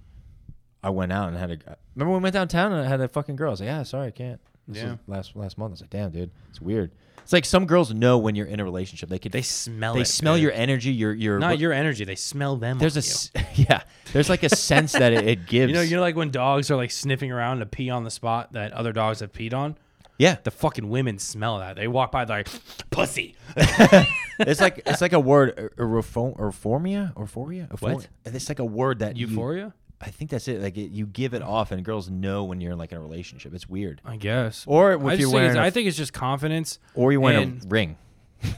[SPEAKER 2] I went out and had a. Remember when we went downtown and I had a fucking girl. I was like, yeah, sorry, I can't. This
[SPEAKER 1] Yeah.
[SPEAKER 2] is last last month. I was like, damn, dude, it's weird. It's like some girls know when you're in a relationship. They could
[SPEAKER 1] They smell.
[SPEAKER 2] they
[SPEAKER 1] it,
[SPEAKER 2] smell
[SPEAKER 1] dude.
[SPEAKER 2] your energy. Your your
[SPEAKER 1] not your energy. They smell them.
[SPEAKER 2] there's a
[SPEAKER 1] on
[SPEAKER 2] s- yeah. There's like a sense that it, it
[SPEAKER 1] you.
[SPEAKER 2] gives.
[SPEAKER 1] you know you know like when dogs are like sniffing around to pee on the spot that other dogs have peed on.
[SPEAKER 2] yeah.
[SPEAKER 1] The fucking women smell that. They walk by they're like pussy.
[SPEAKER 2] it's like it's like a word, er, orphom- orphomia, orphoria.
[SPEAKER 1] What?
[SPEAKER 2] It's like a word that you-
[SPEAKER 1] Euphoria.
[SPEAKER 2] I think that's it. Like it, you give it off, and girls know when you're in like in a relationship. It's weird.
[SPEAKER 1] I guess.
[SPEAKER 2] Or
[SPEAKER 1] I,
[SPEAKER 2] if
[SPEAKER 1] just
[SPEAKER 2] you're
[SPEAKER 1] think it's,
[SPEAKER 2] wearing, a,
[SPEAKER 1] I think it's just confidence.
[SPEAKER 2] or you wearing
[SPEAKER 1] and-
[SPEAKER 2] a ring.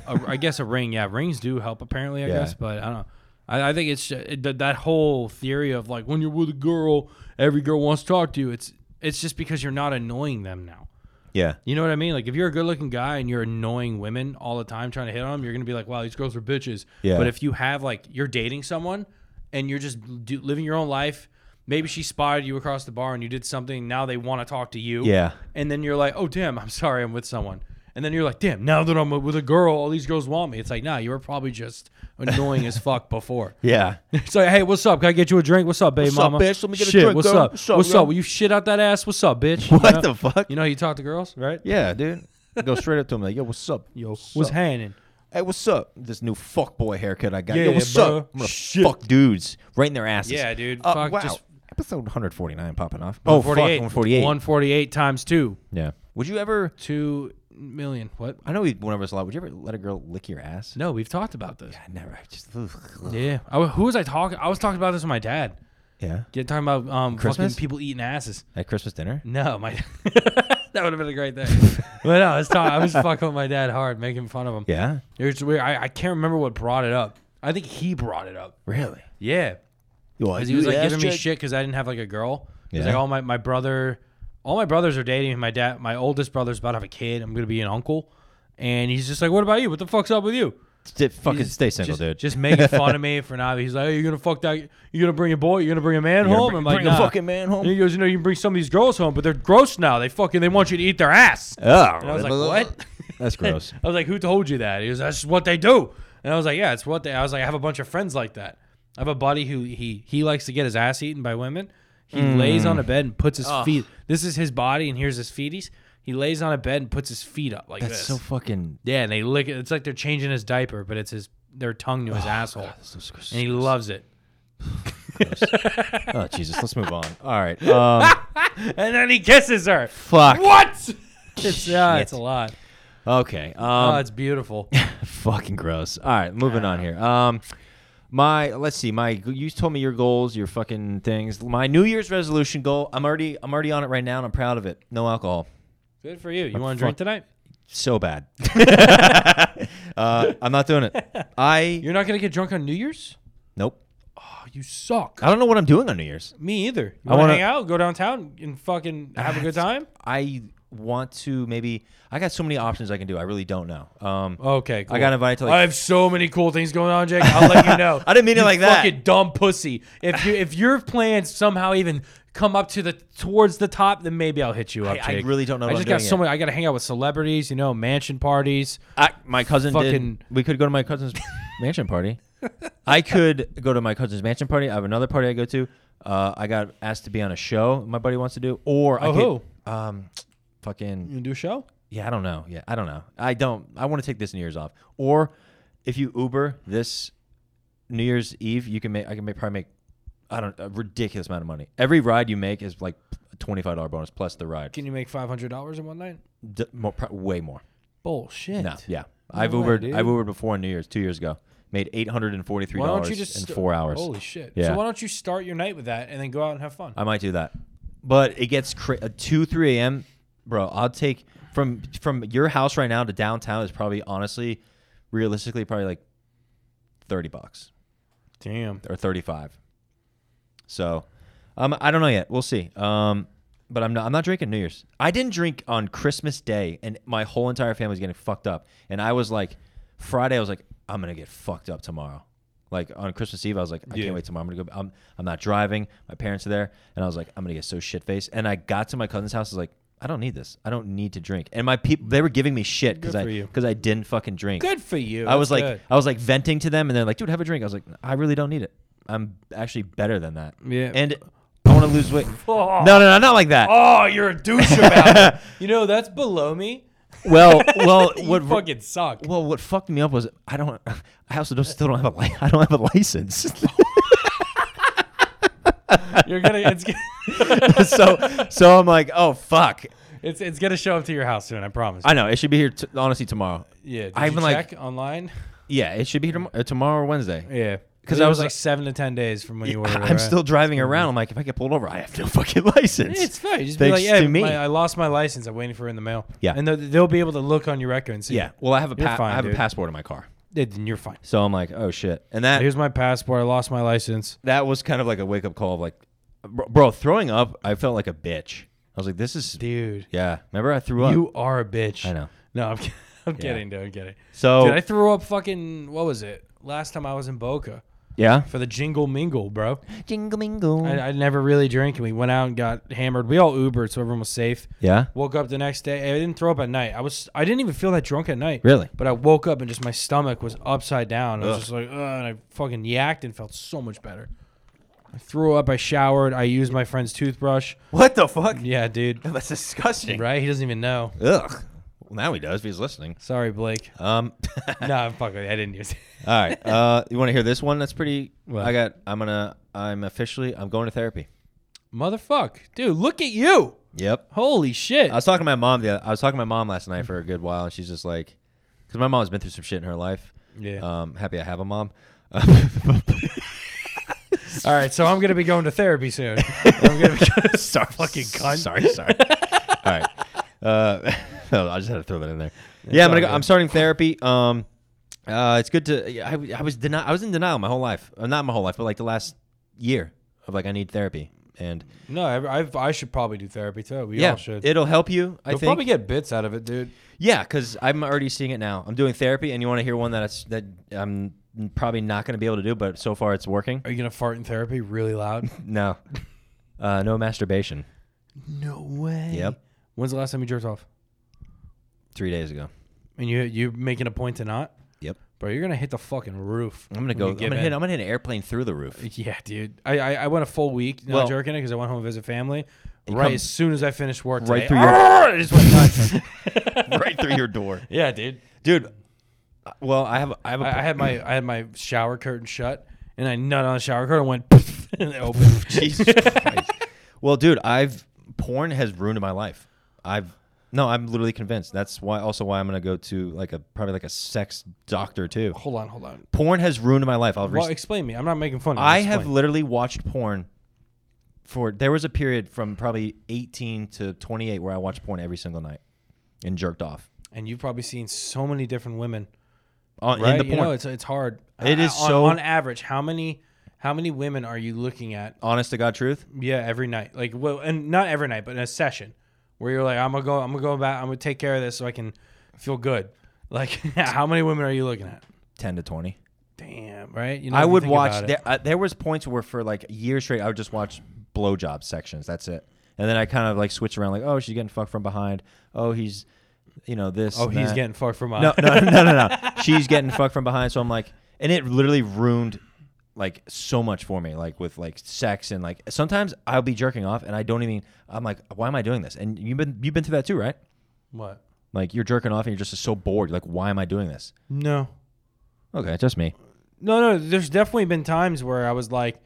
[SPEAKER 1] a, I guess a ring. Yeah, rings do help apparently. I
[SPEAKER 2] Yeah.
[SPEAKER 1] guess, but I don't know. I, I think it's ju- it, that- that whole theory of like when you're with a girl, every girl wants to talk to you. It's it's just because you're not annoying them now.
[SPEAKER 2] Yeah,
[SPEAKER 1] You know what I mean? Like if you're a good-looking guy and you're annoying women all the time trying to hit on them, you're gonna be like, "Wow, these girls are bitches."
[SPEAKER 2] Yeah.
[SPEAKER 1] But if you have like you're dating someone and you're just do, living your own life, maybe she spotted you across the bar and you did something. Now they want to talk to you.
[SPEAKER 2] yeah,
[SPEAKER 1] And then you're like, oh, damn, I'm sorry, I'm with someone. And then you're like, damn, now that I'm with a girl, all these girls want me. It's like, nah, you were probably just annoying as fuck before.
[SPEAKER 2] yeah.
[SPEAKER 1] It's like, hey, what's up? Can I get you a drink? What's up, baby
[SPEAKER 2] What's up,
[SPEAKER 1] mama?
[SPEAKER 2] bitch? Let me get a
[SPEAKER 1] Shit,
[SPEAKER 2] drink,
[SPEAKER 1] What's
[SPEAKER 2] girl.
[SPEAKER 1] up?
[SPEAKER 2] What's
[SPEAKER 1] What's
[SPEAKER 2] up,
[SPEAKER 1] up?
[SPEAKER 2] girl?
[SPEAKER 1] Will you shit out that ass? What's up, bitch? You
[SPEAKER 2] What
[SPEAKER 1] know-
[SPEAKER 2] the fuck?
[SPEAKER 1] You know how you talk to girls, right?
[SPEAKER 2] yeah, dude. Go straight up to him like, yo, what's up?
[SPEAKER 1] Yo,
[SPEAKER 2] what's
[SPEAKER 1] what's
[SPEAKER 2] up?
[SPEAKER 1] happening?
[SPEAKER 2] Hey, what's up? This new fuck boy haircut I got. yo,
[SPEAKER 1] Yeah,
[SPEAKER 2] what's
[SPEAKER 1] bro.
[SPEAKER 2] up? I'm gonna
[SPEAKER 1] Shit.
[SPEAKER 2] fuck dudes right in their asses.
[SPEAKER 1] Yeah, dude.
[SPEAKER 2] Uh,
[SPEAKER 1] Fuck,
[SPEAKER 2] wow.
[SPEAKER 1] just-
[SPEAKER 2] Episode 149 popping off. Oh, fuck, 148.
[SPEAKER 1] 148 times two.
[SPEAKER 2] Yeah. Would you ever?
[SPEAKER 1] Two million. What?
[SPEAKER 2] I know we went over this a lot. Would you ever let a girl lick your ass?
[SPEAKER 1] No, we've talked about this.
[SPEAKER 2] I never. I just. ugh.
[SPEAKER 1] Yeah. I w who was I talking? I was talking about this with my dad.
[SPEAKER 2] Yeah.
[SPEAKER 1] Yeah, talking about um, fucking
[SPEAKER 2] Christmas?
[SPEAKER 1] people eating asses.
[SPEAKER 2] At Christmas dinner.
[SPEAKER 1] No, my that would have been a great thing. but no, I was talking, I was fucking with my dad hard, making fun of him.
[SPEAKER 2] Yeah.
[SPEAKER 1] It was weird. I, I can't remember what brought it up. I think he brought it up.
[SPEAKER 2] Really?
[SPEAKER 1] Yeah, because he was like giving me shit because I didn't have like a girl. He's
[SPEAKER 2] Yeah.
[SPEAKER 1] like, all my my brother, all my brothers are dating. My dad, my oldest brother's about to have a kid. I'm gonna be an uncle, and he's just like, what about you? What the fuck's up with you?
[SPEAKER 2] fucking
[SPEAKER 1] He's
[SPEAKER 2] stay single,
[SPEAKER 1] just,
[SPEAKER 2] dude.
[SPEAKER 1] Just making fun of me for not. He's like, hey, you're gonna fuck that. You're gonna bring a boy. You're gonna bring a man
[SPEAKER 2] You're gonna
[SPEAKER 1] home.
[SPEAKER 2] bring-
[SPEAKER 1] I'm like,
[SPEAKER 2] bring a
[SPEAKER 1] nah.
[SPEAKER 2] fucking man home.
[SPEAKER 1] And he goes, you know, you can bring some of these girls home, but they're gross now. They fucking they want you to eat their ass.
[SPEAKER 2] oh,
[SPEAKER 1] And I was like, what?
[SPEAKER 2] That's gross.
[SPEAKER 1] I was like, who told you that? He was, that's just what they do. And I was like, yeah, it's what they. I was like, I have a bunch of friends like that. I have a buddy who he he likes to get his ass eaten by women. He
[SPEAKER 2] Hmm.
[SPEAKER 1] lays on a bed and puts his feet. This is his body, and here's his feeties. He lays on a bed and puts his feet up like
[SPEAKER 2] That's
[SPEAKER 1] this.
[SPEAKER 2] so fucking.
[SPEAKER 1] yeah, and they lick it. It's like they're changing his diaper, but it's his their tongue to his asshole,
[SPEAKER 2] that's so gross.
[SPEAKER 1] and he loves it.
[SPEAKER 2] oh Jesus, let's move on. All right. Um,
[SPEAKER 1] And then he kisses her.
[SPEAKER 2] fuck.
[SPEAKER 1] What? It's yeah, it's a lot.
[SPEAKER 2] Okay. Um,
[SPEAKER 1] Oh, it's beautiful.
[SPEAKER 2] fucking gross. All right, moving on here. Um, my let's see. My you told me your goals, your fucking things. My New Year's resolution goal. I'm already I'm already on it right now, and I'm proud of it. No alcohol.
[SPEAKER 1] Good for you. You want to drink
[SPEAKER 2] fuck-
[SPEAKER 1] tonight?
[SPEAKER 2] so bad. uh, I'm not doing it. I
[SPEAKER 1] You're not gonna get drunk on New Year's?
[SPEAKER 2] nope.
[SPEAKER 1] Oh, you suck.
[SPEAKER 2] I don't know what I'm doing on New Year's.
[SPEAKER 1] Me either. You
[SPEAKER 2] I
[SPEAKER 1] wanna
[SPEAKER 2] wanna-
[SPEAKER 1] hang out, go downtown, and fucking have a good time?
[SPEAKER 2] I want to maybe. I got so many options I can do. I really don't know. Um,
[SPEAKER 1] Okay, cool.
[SPEAKER 2] I got invited to like.
[SPEAKER 1] I have so many cool things going on, Jake. I'll let you know.
[SPEAKER 2] I didn't mean it
[SPEAKER 1] You
[SPEAKER 2] like that.
[SPEAKER 1] Fucking dumb pussy. If you if your plans somehow even come up to the towards the top, then maybe I'll hit you up.
[SPEAKER 2] I- I
[SPEAKER 1] Jake.
[SPEAKER 2] really don't know
[SPEAKER 1] I
[SPEAKER 2] what
[SPEAKER 1] just
[SPEAKER 2] I'm
[SPEAKER 1] got
[SPEAKER 2] doing
[SPEAKER 1] so
[SPEAKER 2] yet.
[SPEAKER 1] many. I got to hang out with celebrities. You know, mansion parties.
[SPEAKER 2] I- my cousin
[SPEAKER 1] fucking-
[SPEAKER 2] did. We could go to my cousin's mansion party. I could go to my cousin's mansion party. I have another party I go to. Uh, I got asked to be on a show my buddy wants to do, or I
[SPEAKER 1] Oh,
[SPEAKER 2] could, um, fucking
[SPEAKER 1] You gonna do a show?
[SPEAKER 2] yeah, I don't know. Yeah, I don't know. I don't. I want to take this New Year's off, or if you Uber this New Year's Eve, you can make. I can make, probably make. I don't a ridiculous amount of money. Every ride you make is like a twenty five dollar bonus plus the ride.
[SPEAKER 1] Can you make five hundred dollars in one night?
[SPEAKER 2] D- more, pro- way more.
[SPEAKER 1] Bullshit.
[SPEAKER 2] No, yeah. I've
[SPEAKER 1] way,
[SPEAKER 2] Ubered.
[SPEAKER 1] dude.
[SPEAKER 2] I've Ubered before on New Year's two years ago. Made eight hundred and forty three
[SPEAKER 1] Why
[SPEAKER 2] dollars
[SPEAKER 1] don't
[SPEAKER 2] in
[SPEAKER 1] you just st-
[SPEAKER 2] four hours.
[SPEAKER 1] Holy shit.
[SPEAKER 2] Yeah. Uh,
[SPEAKER 1] So why don't you start your night with that and then go out and have fun?
[SPEAKER 2] I might do that, but it gets cra- uh, two three a.m. Bro, I'll take from from your house right now to downtown is probably honestly, realistically probably like thirty bucks.
[SPEAKER 1] Damn.
[SPEAKER 2] or 35. So, um, I don't know yet. We'll see. Um, but I'm not. I'm not drinking New Year's. I didn't drink on Christmas Day, and my whole entire family was getting fucked up. And I was like, Friday, I was like, I'm gonna get fucked up tomorrow. Like on Christmas Eve, I was like, I
[SPEAKER 1] Yeah.
[SPEAKER 2] can't wait tomorrow. I'm gonna go. I'm, I'm not driving. My parents are there, and I was like, I'm gonna get so shit faced. And I got to my cousin's house. I was like, I don't need this. I don't need to drink. And my people, they were giving me shit because
[SPEAKER 1] Good
[SPEAKER 2] I
[SPEAKER 1] for you.
[SPEAKER 2] because I didn't fucking drink.
[SPEAKER 1] Good for you.
[SPEAKER 2] I was
[SPEAKER 1] That's
[SPEAKER 2] like,
[SPEAKER 1] good.
[SPEAKER 2] I was like venting to them, and they're like, "Dude, have a drink." I was like, "I really don't need it. I'm actually better than that."
[SPEAKER 1] Yeah.
[SPEAKER 2] And I want to lose weight. No, no, no, not like that.
[SPEAKER 1] Oh, you're a douche about it. You know, that's below me.
[SPEAKER 2] Well, well,
[SPEAKER 1] You
[SPEAKER 2] what?
[SPEAKER 1] fucking suck.
[SPEAKER 2] Well, what fucked me up was I don't. I also don't, still don't have a. Li- I don't have a license.
[SPEAKER 1] You're gonna it's g-
[SPEAKER 2] so, so I'm like, oh fuck.
[SPEAKER 1] it's it's gonna show up to your house soon. I promise.
[SPEAKER 2] I know it should be here. T- honestly, tomorrow.
[SPEAKER 1] yeah. Did
[SPEAKER 2] I
[SPEAKER 1] you
[SPEAKER 2] even, like-
[SPEAKER 1] check online?
[SPEAKER 2] Yeah, it should be here tom- uh, tomorrow or Wednesday.
[SPEAKER 1] Yeah.
[SPEAKER 2] 'Cause
[SPEAKER 1] It
[SPEAKER 2] I was
[SPEAKER 1] like
[SPEAKER 2] like-
[SPEAKER 1] seven to ten days from when you ordered. it,
[SPEAKER 2] I'm
[SPEAKER 1] right?
[SPEAKER 2] still driving around. I'm like, if I get pulled over, I have no fucking license.
[SPEAKER 1] It's fine. You Just
[SPEAKER 2] Thanks
[SPEAKER 1] be like, yeah,
[SPEAKER 2] to me.
[SPEAKER 1] my- I lost my license. I'm waiting for it in the mail.
[SPEAKER 2] Yeah.
[SPEAKER 1] And they'll, they'll be able to look on your record and see.
[SPEAKER 2] yeah. Well, I have a
[SPEAKER 1] You're
[SPEAKER 2] pa-
[SPEAKER 1] fine,
[SPEAKER 2] I have
[SPEAKER 1] dude.
[SPEAKER 2] a passport in my car,
[SPEAKER 1] Yeah, Then you're fine.
[SPEAKER 2] so I'm like, oh shit. And that
[SPEAKER 1] Here's my passport. I lost my license.
[SPEAKER 2] that was kind of like a wake up call of like, bro, bro, throwing up. I felt like a bitch. I was like, this is
[SPEAKER 1] Dude,
[SPEAKER 2] yeah. Remember I threw up.
[SPEAKER 1] you are a bitch.
[SPEAKER 2] I know.
[SPEAKER 1] No, I'm, kid- I'm kidding, dude. I'm kidding.
[SPEAKER 2] So
[SPEAKER 1] Dude, I threw up fucking, what was it? Last time I was in Boca
[SPEAKER 2] yeah,
[SPEAKER 1] for the Jingle Mingle, bro.
[SPEAKER 2] jingle mingle.
[SPEAKER 1] I, I never really drank, and we went out and got hammered. We all Ubered, so everyone was safe.
[SPEAKER 2] yeah,
[SPEAKER 1] Woke up the next day. I didn't throw up at night. I was I didn't even feel that drunk at night.
[SPEAKER 2] Really?
[SPEAKER 1] But I woke up and just my stomach was upside down. I was
[SPEAKER 2] Ugh.
[SPEAKER 1] just like, Ugh, and I fucking yacked and felt so much better. I threw up. I showered. I used my friend's toothbrush.
[SPEAKER 2] what the fuck?
[SPEAKER 1] Yeah, dude.
[SPEAKER 2] That's disgusting.
[SPEAKER 1] Right? He doesn't even know.
[SPEAKER 2] Ugh. Well, now he does if he's listening.
[SPEAKER 1] Sorry, Blake.
[SPEAKER 2] Um,
[SPEAKER 1] no, fuck. it. I didn't use it.
[SPEAKER 2] all right. Uh, you want to hear this one? That's pretty.
[SPEAKER 1] What?
[SPEAKER 2] I got. I'm gonna. I'm officially. I'm going to therapy.
[SPEAKER 1] Motherfuck, dude. Look at you.
[SPEAKER 2] Yep.
[SPEAKER 1] Holy shit.
[SPEAKER 2] I was talking to my mom. The I was talking to my mom last night for a good while, and she's just like, because my mom's been through some shit in her life.
[SPEAKER 1] Yeah.
[SPEAKER 2] Um, happy I have a mom.
[SPEAKER 1] All right, so I'm gonna be going to therapy soon. I'm gonna be
[SPEAKER 2] sorry,
[SPEAKER 1] fucking cunt.
[SPEAKER 2] Sorry, sorry. All right. Uh, no, I just had to throw that in there. yeah, I'm
[SPEAKER 1] all
[SPEAKER 2] gonna go,
[SPEAKER 1] good.
[SPEAKER 2] I'm starting therapy. Um, uh, it's good to. yeah, I, I was deni- I was in denial my whole life. Uh, not my whole life, but like the last year of like I need therapy, and
[SPEAKER 1] no, I, I, I should probably do therapy too. We
[SPEAKER 2] yeah,
[SPEAKER 1] all should.
[SPEAKER 2] it'll help you. I
[SPEAKER 1] You'll
[SPEAKER 2] think.
[SPEAKER 1] probably get bits out of it, dude.
[SPEAKER 2] yeah, because I'm already seeing it now. I'm doing therapy, and you want to hear one that's that I'm probably not gonna be able to do, but so far it's working.
[SPEAKER 1] Are you gonna fart in therapy really loud?
[SPEAKER 2] No, uh, no masturbation.
[SPEAKER 1] no way.
[SPEAKER 2] Yep.
[SPEAKER 1] When's the last time you jerked off?
[SPEAKER 2] Three days ago.
[SPEAKER 1] And you you're making a point to not,
[SPEAKER 2] Yep.
[SPEAKER 1] bro. You're gonna hit the fucking roof.
[SPEAKER 2] I'm gonna go.
[SPEAKER 1] when
[SPEAKER 2] I'm
[SPEAKER 1] you
[SPEAKER 2] gonna
[SPEAKER 1] give
[SPEAKER 2] hit.
[SPEAKER 1] in.
[SPEAKER 2] I'm gonna hit an airplane through the roof.
[SPEAKER 1] Yeah, dude. I, I I went a full week not
[SPEAKER 2] Well-
[SPEAKER 1] jerking it because I went home to visit family.
[SPEAKER 2] It
[SPEAKER 1] Right
[SPEAKER 2] comes-
[SPEAKER 1] as soon as I finished work,
[SPEAKER 2] Right
[SPEAKER 1] today,
[SPEAKER 2] through your-
[SPEAKER 1] "Arrgh!" I just went nuts.
[SPEAKER 2] right through your door,
[SPEAKER 1] yeah, dude.
[SPEAKER 2] dude. uh, Well, I have I have a
[SPEAKER 1] I, I had my I had my shower curtain shut, and I nut on the shower curtain, went poof, and it opened.
[SPEAKER 2] Jesus Christ. Well, dude, I've porn has ruined my life. I've no, I'm literally convinced. That's why also why I'm gonna go to like a probably like a sex doctor too.
[SPEAKER 1] Hold on, hold on.
[SPEAKER 2] Porn has ruined my life. I'll re-
[SPEAKER 1] Well, explain me. I'm not making fun. of you.
[SPEAKER 2] I have
[SPEAKER 1] Explain.
[SPEAKER 2] literally watched porn for there was a period from probably 18 to 28 where I watched porn every single night and jerked off.
[SPEAKER 1] and you've probably seen so many different women.
[SPEAKER 2] on,
[SPEAKER 1] Right?
[SPEAKER 2] in the
[SPEAKER 1] You
[SPEAKER 2] porn.
[SPEAKER 1] know, it's it's hard.
[SPEAKER 2] It is
[SPEAKER 1] on,
[SPEAKER 2] so-
[SPEAKER 1] on average. How many how many women are you looking at?
[SPEAKER 2] Honest to God, truth.
[SPEAKER 1] Yeah, every night. Like well, and not every night, but in a session where you're like, I'm gonna go, I'm gonna go back, I'm gonna take care of this so I can feel good. Like, how many women are you looking at?
[SPEAKER 2] Ten to twenty.
[SPEAKER 1] Damn, right? You
[SPEAKER 2] I
[SPEAKER 1] if you
[SPEAKER 2] would
[SPEAKER 1] think about
[SPEAKER 2] watch.
[SPEAKER 1] it.
[SPEAKER 2] There, uh, there was points where for like years straight, I would just watch blowjob sections. That's it. And then I kind of like switch around, like, oh, she's getting fucked from behind. Oh, he's, you know, this.
[SPEAKER 1] Oh,
[SPEAKER 2] and
[SPEAKER 1] he's
[SPEAKER 2] that.
[SPEAKER 1] getting fucked from
[SPEAKER 2] No,
[SPEAKER 1] us.
[SPEAKER 2] no, no, no, no. she's getting fucked from behind. So I'm like, and it literally ruined like so much for me, like with like sex and like sometimes I'll be jerking off and I don't even. I'm like, why am I doing this? And you've been you've been through that too, right?
[SPEAKER 1] What?
[SPEAKER 2] Like you're jerking off and you're just so bored. You're like, why am I doing this?
[SPEAKER 1] No.
[SPEAKER 2] Okay, just me.
[SPEAKER 1] No, no. There's definitely been times where I was like,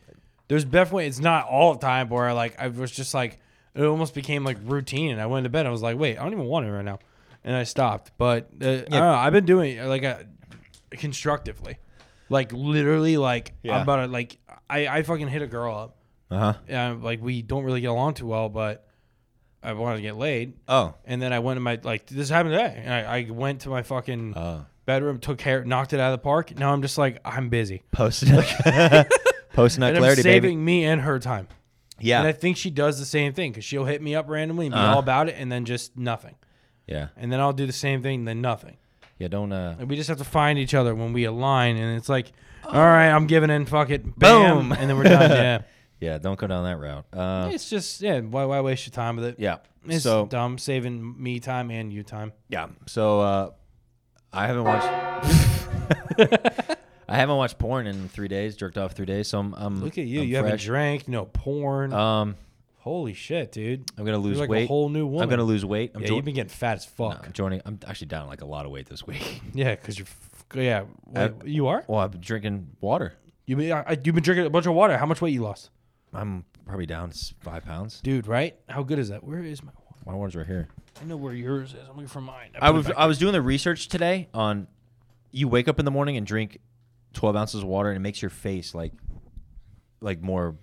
[SPEAKER 1] there's definitely it's not all the time where I like I was just like it almost became like routine, and I went to bed. I was like, wait, I don't even want it right now, and I stopped. But uh, I don't know. I've been doing it like uh, constructively, like literally, like
[SPEAKER 2] Yeah.
[SPEAKER 1] I'm about to like I I fucking hit a girl up.
[SPEAKER 2] Uh huh.
[SPEAKER 1] And, like we don't really get along too well, but I wanted to get laid.
[SPEAKER 2] Oh.
[SPEAKER 1] And then I went to my like this happened today. And I, I went to my fucking
[SPEAKER 2] Oh.
[SPEAKER 1] bedroom, took care, knocked it out of the park. Now I'm just like I'm busy.
[SPEAKER 2] Post Post nut
[SPEAKER 1] and
[SPEAKER 2] clarity,
[SPEAKER 1] I'm saving
[SPEAKER 2] baby.
[SPEAKER 1] me and her time.
[SPEAKER 2] Yeah.
[SPEAKER 1] And I think she does the same thing because she'll hit me up randomly and be
[SPEAKER 2] Uh-huh.
[SPEAKER 1] all about it, and then just nothing.
[SPEAKER 2] yeah.
[SPEAKER 1] And then I'll do the same thing, then nothing.
[SPEAKER 2] Yeah. Don't. Uh,
[SPEAKER 1] And we just have to find each other when we align, and it's like, all right, I'm giving in, fuck it, bam,
[SPEAKER 2] Boom.
[SPEAKER 1] and then we're done. Yeah,
[SPEAKER 2] yeah. Don't go down that route. Uh,
[SPEAKER 1] it's just yeah, why why waste your time with it?
[SPEAKER 2] yeah.
[SPEAKER 1] It's
[SPEAKER 2] so
[SPEAKER 1] dumb, saving me time and you time.
[SPEAKER 2] yeah. So uh, I haven't watched. I haven't watched porn in three days. Jerked off three days. So I'm. I'm
[SPEAKER 1] Look at you,
[SPEAKER 2] I'm
[SPEAKER 1] you haven't
[SPEAKER 2] fresh.
[SPEAKER 1] drank, no porn.
[SPEAKER 2] Um,
[SPEAKER 1] Holy shit, dude,
[SPEAKER 2] I'm gonna lose
[SPEAKER 1] you're like
[SPEAKER 2] weight.
[SPEAKER 1] a whole new woman.
[SPEAKER 2] I'm gonna lose weight. I'm
[SPEAKER 1] yeah,
[SPEAKER 2] jo-
[SPEAKER 1] you've been getting fat as
[SPEAKER 2] no,
[SPEAKER 1] fuck.
[SPEAKER 2] I'm joining. I'm actually down like a lot of weight this week.
[SPEAKER 1] Yeah, because you're, f- yeah, wait, you are.
[SPEAKER 2] well, I've been drinking water.
[SPEAKER 1] You been, I, I- you've been drinking a bunch of water. How much weight you lost,
[SPEAKER 2] I'm probably down s- five pounds.
[SPEAKER 1] dude? Right? How good is that? Where is my? water?
[SPEAKER 2] My water's right here.
[SPEAKER 1] I know where yours is. I'm looking for mine. put
[SPEAKER 2] I
[SPEAKER 1] it
[SPEAKER 2] was
[SPEAKER 1] back.
[SPEAKER 2] I was doing the research today on you wake up in the morning and drink twelve ounces of water and it makes your face like like more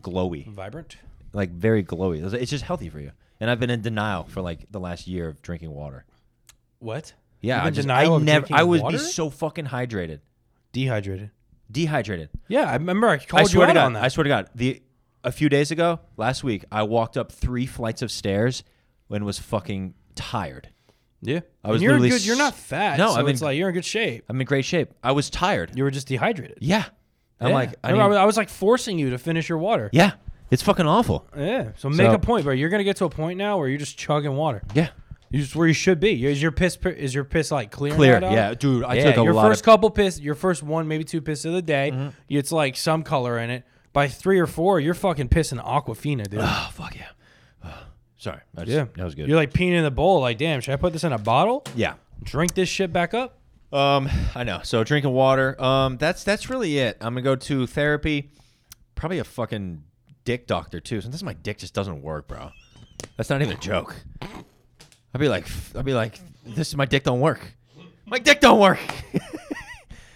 [SPEAKER 2] glowy,
[SPEAKER 1] vibrant.
[SPEAKER 2] like very glowy. It's- It's just healthy for you. And I've been in denial for like the last year of drinking water.
[SPEAKER 1] What?
[SPEAKER 2] Yeah,
[SPEAKER 1] You've
[SPEAKER 2] I
[SPEAKER 1] been
[SPEAKER 2] just
[SPEAKER 1] denial
[SPEAKER 2] I
[SPEAKER 1] of
[SPEAKER 2] never
[SPEAKER 1] drinking
[SPEAKER 2] I would
[SPEAKER 1] water?
[SPEAKER 2] be so fucking hydrated,
[SPEAKER 1] Dehydrated.
[SPEAKER 2] dehydrated.
[SPEAKER 1] Yeah, I remember I
[SPEAKER 2] I
[SPEAKER 1] called you
[SPEAKER 2] swear
[SPEAKER 1] out
[SPEAKER 2] to God,
[SPEAKER 1] on that.
[SPEAKER 2] I swear to God, the a few days ago, last week, I walked up three flights of stairs and was fucking tired.
[SPEAKER 1] yeah,
[SPEAKER 2] I was
[SPEAKER 1] And you're
[SPEAKER 2] literally
[SPEAKER 1] good. You're
[SPEAKER 2] s-
[SPEAKER 1] not fat.
[SPEAKER 2] No,
[SPEAKER 1] so
[SPEAKER 2] I mean-
[SPEAKER 1] it's like you're in good shape.
[SPEAKER 2] I'm in great shape. I was tired.
[SPEAKER 1] You were just dehydrated.
[SPEAKER 2] Yeah, I'm
[SPEAKER 1] Yeah.
[SPEAKER 2] like, I
[SPEAKER 1] Remember, I,
[SPEAKER 2] need-
[SPEAKER 1] was, I was like forcing you to finish your water.
[SPEAKER 2] Yeah, it's fucking awful.
[SPEAKER 1] Yeah. So make
[SPEAKER 2] So-
[SPEAKER 1] a point, bro. You're gonna get to a point now where you're just chugging water.
[SPEAKER 2] Yeah,
[SPEAKER 1] You just where you should be. Is your piss is your piss like clear?
[SPEAKER 2] clear.
[SPEAKER 1] That up?
[SPEAKER 2] Yeah, dude, I
[SPEAKER 1] yeah,
[SPEAKER 2] took a
[SPEAKER 1] your
[SPEAKER 2] lot
[SPEAKER 1] first
[SPEAKER 2] of. Mm-hmm.
[SPEAKER 1] couple piss, your first one, maybe two piss of the day, it's like some color in it. By three or four, you're fucking pissing Aquafina, dude.
[SPEAKER 2] oh fuck yeah. Sorry, I just,
[SPEAKER 1] yeah,
[SPEAKER 2] that was good.
[SPEAKER 1] You're like peeing in the bowl, like, damn, should I put this in a bottle?
[SPEAKER 2] yeah.
[SPEAKER 1] Drink this shit back up.
[SPEAKER 2] Um, I know. So drinking water. Um, that's that's really it. I'm gonna go to therapy. Probably a fucking dick doctor too. Sometimes my dick just doesn't work, bro. That's not even a joke. I'd be like, I'd be like, this my dick don't work. My dick don't work.